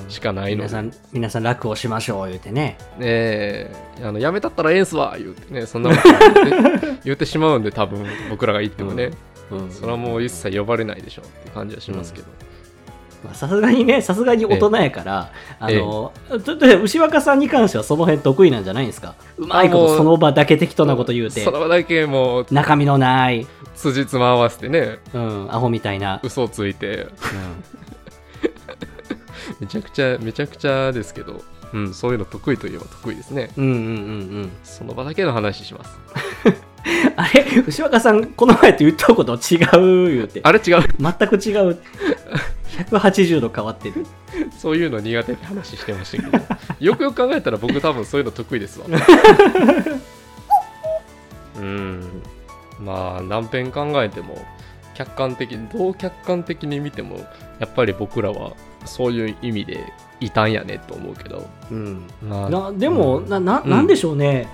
Speaker 3: しかないの
Speaker 4: 皆さん皆さん楽をしましょう言うてね
Speaker 3: ええあのやめたったらええんすわ言うてねそんなこと言って言ってしまうんで多分僕らが言ってもね、
Speaker 4: うん
Speaker 3: それはもう一切呼ばれないでしょうって感じはしますけど、
Speaker 4: まあさすがにねさすがに大人やから、あ
Speaker 3: ええ
Speaker 4: のちょっと牛若さんに関してはその辺得意なんじゃないんですかうまいこ
Speaker 3: あも
Speaker 4: と
Speaker 3: う
Speaker 4: その場だけ適当なこと言うて
Speaker 3: それだけもう
Speaker 4: 中身のない、
Speaker 3: 辻褄合わせてね
Speaker 4: うん、アホみたいな、
Speaker 3: 嘘ついて
Speaker 4: う
Speaker 3: めちゃくちゃめちゃくちゃですけど、うん、そういうの得意といえば得意ですね
Speaker 4: ん、うんうんうん
Speaker 3: その場だけの話します。
Speaker 4: うんあれ牛若さんこの前と言ったこと違う言うて
Speaker 3: あれ違う。
Speaker 4: 全く違う180度変わってる
Speaker 3: そういうの苦手って話してましたけど。よくよく考えたら僕多分そういうの得意ですわ。うん。まあ何遍考えても客観的にどう客観的に見てもやっぱり僕らはそういう意味で異端やねと思うけど。
Speaker 4: うん
Speaker 3: まあ
Speaker 4: なでも、
Speaker 3: うん
Speaker 4: なななんでしょうね、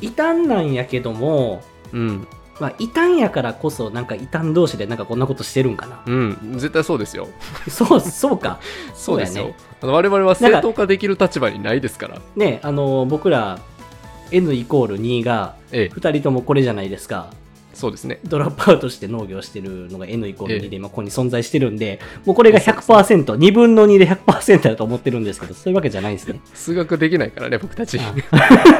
Speaker 4: 異端なんやけども、
Speaker 3: うん、
Speaker 4: まあ、異端やからこそなんか異端同士でなんかこんなことしてるんかな
Speaker 3: うん、絶対そうですよ。
Speaker 4: そう、そうか。
Speaker 3: そうです
Speaker 4: そう
Speaker 3: よ
Speaker 4: やね。
Speaker 3: あの我々は正当化できる立場にないですから。
Speaker 4: ね、あの、僕ら、N イコール2が、
Speaker 3: ええ、
Speaker 4: 2人ともこれじゃないですか。
Speaker 3: そうですね。
Speaker 4: ドロップアウトして農業してるのが N イコール
Speaker 3: え
Speaker 4: 2
Speaker 3: え
Speaker 4: で今ここに存在してるんで、もうこれが100%、2分の2で100%だと思ってるんですけど、そういうわけじゃないんですね。
Speaker 3: 数学できないからね、僕たち
Speaker 4: あ。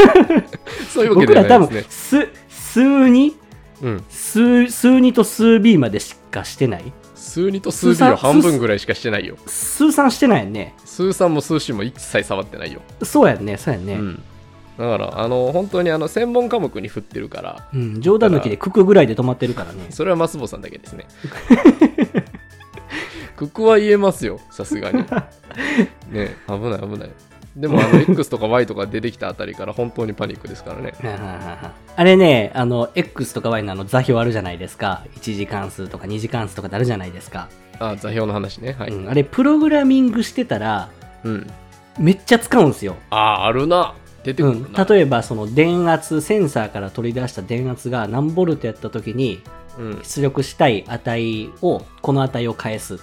Speaker 3: [laughs] そういうわ
Speaker 4: 僕
Speaker 3: けでは
Speaker 4: ら
Speaker 3: な
Speaker 4: 多
Speaker 3: いです
Speaker 4: 分
Speaker 3: ね、。
Speaker 4: 数、数2、
Speaker 3: うん、
Speaker 4: 数、数2と数 B までしかしてない
Speaker 3: 数2と数 B を半分ぐらいしかしてないよ。
Speaker 4: 数3してないよね。
Speaker 3: 数3も数 C も一切触ってないよ。
Speaker 4: そうやんね、そうやんね。
Speaker 3: う
Speaker 4: うん
Speaker 3: ん、だから、あの本当にあの専門科目に振ってるから、
Speaker 4: 冗談抜きでククぐらいで止まってるからね。
Speaker 3: それはマスボさんだけですね。ククは言えますよ、さすがに。ね危ない危ない。でも、あ [laughs] の X とか Y とか出てきたあたりから本当にパニックですからね。
Speaker 4: あれね、あの、X とか Y のあの座標あるじゃないですか。1次関数とか2次関数とかってあるじゃないですか。
Speaker 3: あ、座標の話ね。はい。
Speaker 4: うん、あれ、プログラミングしてたら、
Speaker 3: うん、
Speaker 4: めっちゃ使うんですよ。
Speaker 3: ああ、あるな。出て
Speaker 4: う
Speaker 3: くる
Speaker 4: ん、
Speaker 3: な。
Speaker 4: 例えば、その電圧、センサーから取り出した電圧が何ボルトやった時に、
Speaker 3: うん
Speaker 4: 出力したい値を、この値を返すっ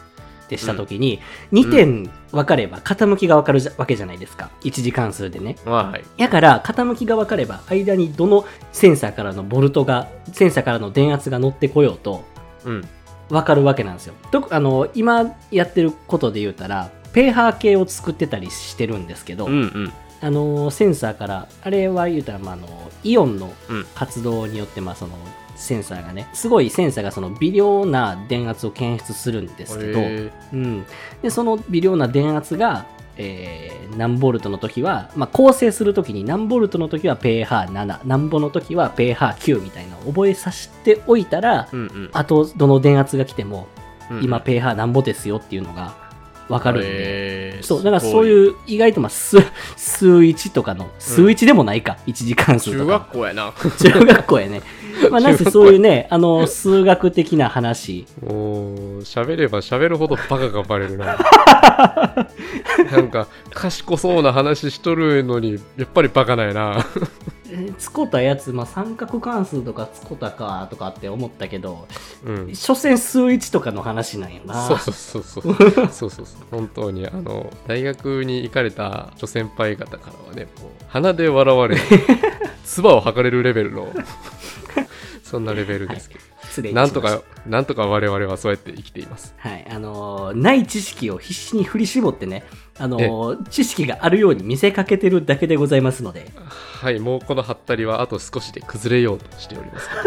Speaker 4: てした時に、2点分かれば傾きが分かるじゃわけじゃないですか。1次関数でね。
Speaker 3: まあ、はい。
Speaker 4: やから傾きが分かれば間にどのセンサーからのボルトがセンサーからの電圧が乗ってこようと
Speaker 3: うん。
Speaker 4: 分かるわけなんですよ。とあの今やってることで言うたらペーハー系を作ってたりしてるんですけど、
Speaker 3: うんうん。
Speaker 4: あのセンサーからあれは言うたら、まあ、あのイオンの
Speaker 3: うん
Speaker 4: 活動によって、まあ、そのセンサーがねすごいセンサーがその微量な電圧を検出するんですけど、
Speaker 3: へ
Speaker 4: うん、でその微量な電圧が、えー何ボルトの時は、まあ、構成する時に何ボルトの時は pH7 何ボの時は pH9 みたいなのを覚えさせておいたら、
Speaker 3: ーうんうん
Speaker 4: あとどの電圧が来ても
Speaker 3: うん
Speaker 4: 今 pH 何ぼですよっていうのがわかるんで、
Speaker 3: へー
Speaker 4: そう、だからそういう、意外とまあ、数、数1とかの、数1でもないか、一1時間
Speaker 3: す
Speaker 4: 数
Speaker 3: ごい
Speaker 4: と
Speaker 3: 中
Speaker 4: か
Speaker 3: 学。校やな。 [laughs]
Speaker 4: 中学校やね。まあ、なんせそういうね、あの、数学的な話。
Speaker 3: もう喋れば喋るほどバカがバレる [laughs] ななんか賢そうな話しとるのにやっぱりバカなんやな
Speaker 4: えー使ったやつ、まあ、三角関数とか使ったかとかって思ったけど、
Speaker 3: うん
Speaker 4: 所詮数1とかの話なんやな。
Speaker 3: そうそうそうそうそうそうそう本当にあの大学に行かれた諸先輩方からはねもう鼻で笑われる唾を吐かれるレベルのそんなレベルですけど、
Speaker 4: 失礼いた
Speaker 3: な
Speaker 4: し
Speaker 3: んと
Speaker 4: ました
Speaker 3: かなんとか我々はそうやって生きています
Speaker 4: はい、あのーない知識を必死に振り絞ってね、あのー知識があるように見せかけてるだけでございますので、
Speaker 3: はいもうこのハったりはあと少しで崩れようとしておりますけど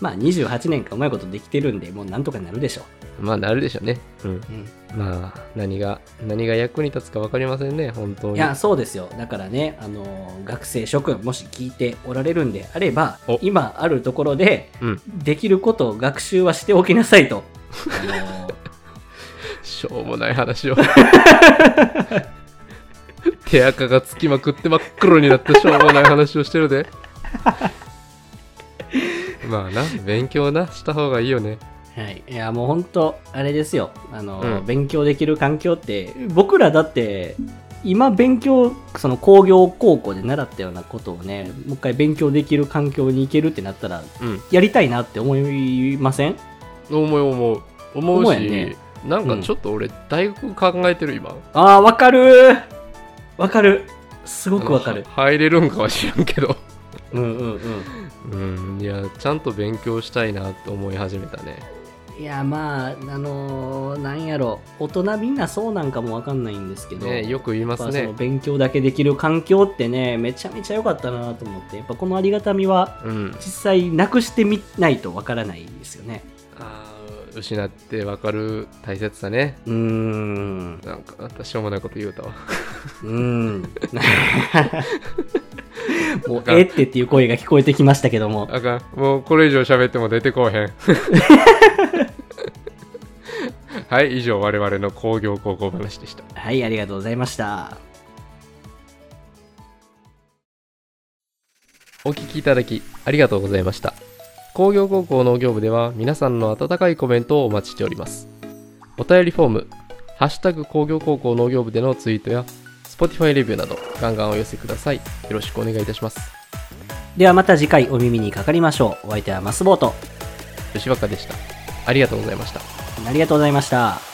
Speaker 4: まあ28年間うまいことできてるんで、もうなんとかなるでしょ
Speaker 3: まあなるでしょうね。うん。
Speaker 4: う。うん
Speaker 3: まあ何が何が役に立つか分かりませんね本当に。
Speaker 4: いや、そうですよ。だからね、あのー学生諸君、もし聞いておられるんであれば
Speaker 3: お、
Speaker 4: 今あるところで、
Speaker 3: うん。
Speaker 4: できることを学習はしておきなさい
Speaker 3: [laughs]
Speaker 4: と。あのー
Speaker 3: しょうもない話を。 [laughs] 手垢がつきまくって真っ黒になったしょうもない話をしてるで。まあな勉強なした方がいいよね。
Speaker 4: はい、いやもう本当あれですよあの、
Speaker 3: うん
Speaker 4: 勉強できる環境って僕らだって今勉強その工業高校で習ったようなことをねもう一回勉強できる環境に行けるってなったら
Speaker 3: うん。
Speaker 4: やりたいなって思いません
Speaker 3: 思う思う思う
Speaker 4: 思う
Speaker 3: し
Speaker 4: やね
Speaker 3: なんかちょっと俺、大学考えてる今。
Speaker 4: あーわかるわかるすごくわか
Speaker 3: あ
Speaker 4: る
Speaker 3: の入れるんかは知らんけど。
Speaker 4: うんうんうん
Speaker 3: うんいやちゃんと勉強したいなって思い始めたね。
Speaker 4: いやまああのーなんやろ大人みんなそうなんかもわかんないんですけど、
Speaker 3: ねよく言い
Speaker 4: や
Speaker 3: ま
Speaker 4: っ
Speaker 3: す
Speaker 4: ぱその
Speaker 3: ね。
Speaker 4: 勉強だけできる環境ってねめちゃめちゃ良かったなと思ってやっぱこのありがたみは
Speaker 3: うん
Speaker 4: 実、際なくしてみないとわからないですよね
Speaker 3: あー失って分かる大切さね。
Speaker 4: うーん
Speaker 3: なんか私しょうもないこと言うたわ。
Speaker 4: うー [laughs] んも
Speaker 3: な
Speaker 4: うん
Speaker 3: か
Speaker 4: えってっていう声が聞こえてきましたけども
Speaker 3: あかん。もうこれ以上喋っても出てこう [laughs] へん。はい、以上我々の工業高校話でした。
Speaker 4: はいありがとうございました
Speaker 3: お聞きいただきありがとうございました工業高校農業部では皆さんの温かいコメントをお待ちしておりますお便りフォーム「ハッシュタグ工業高校農業部」でのツイートや Spotify レビューなどガンガンお寄せくださいよろしくお願いいたします
Speaker 4: ではまた次回お耳にかかりましょうお相手はマスボート
Speaker 3: 吉若でしたありがとうございました
Speaker 4: ありがとうございました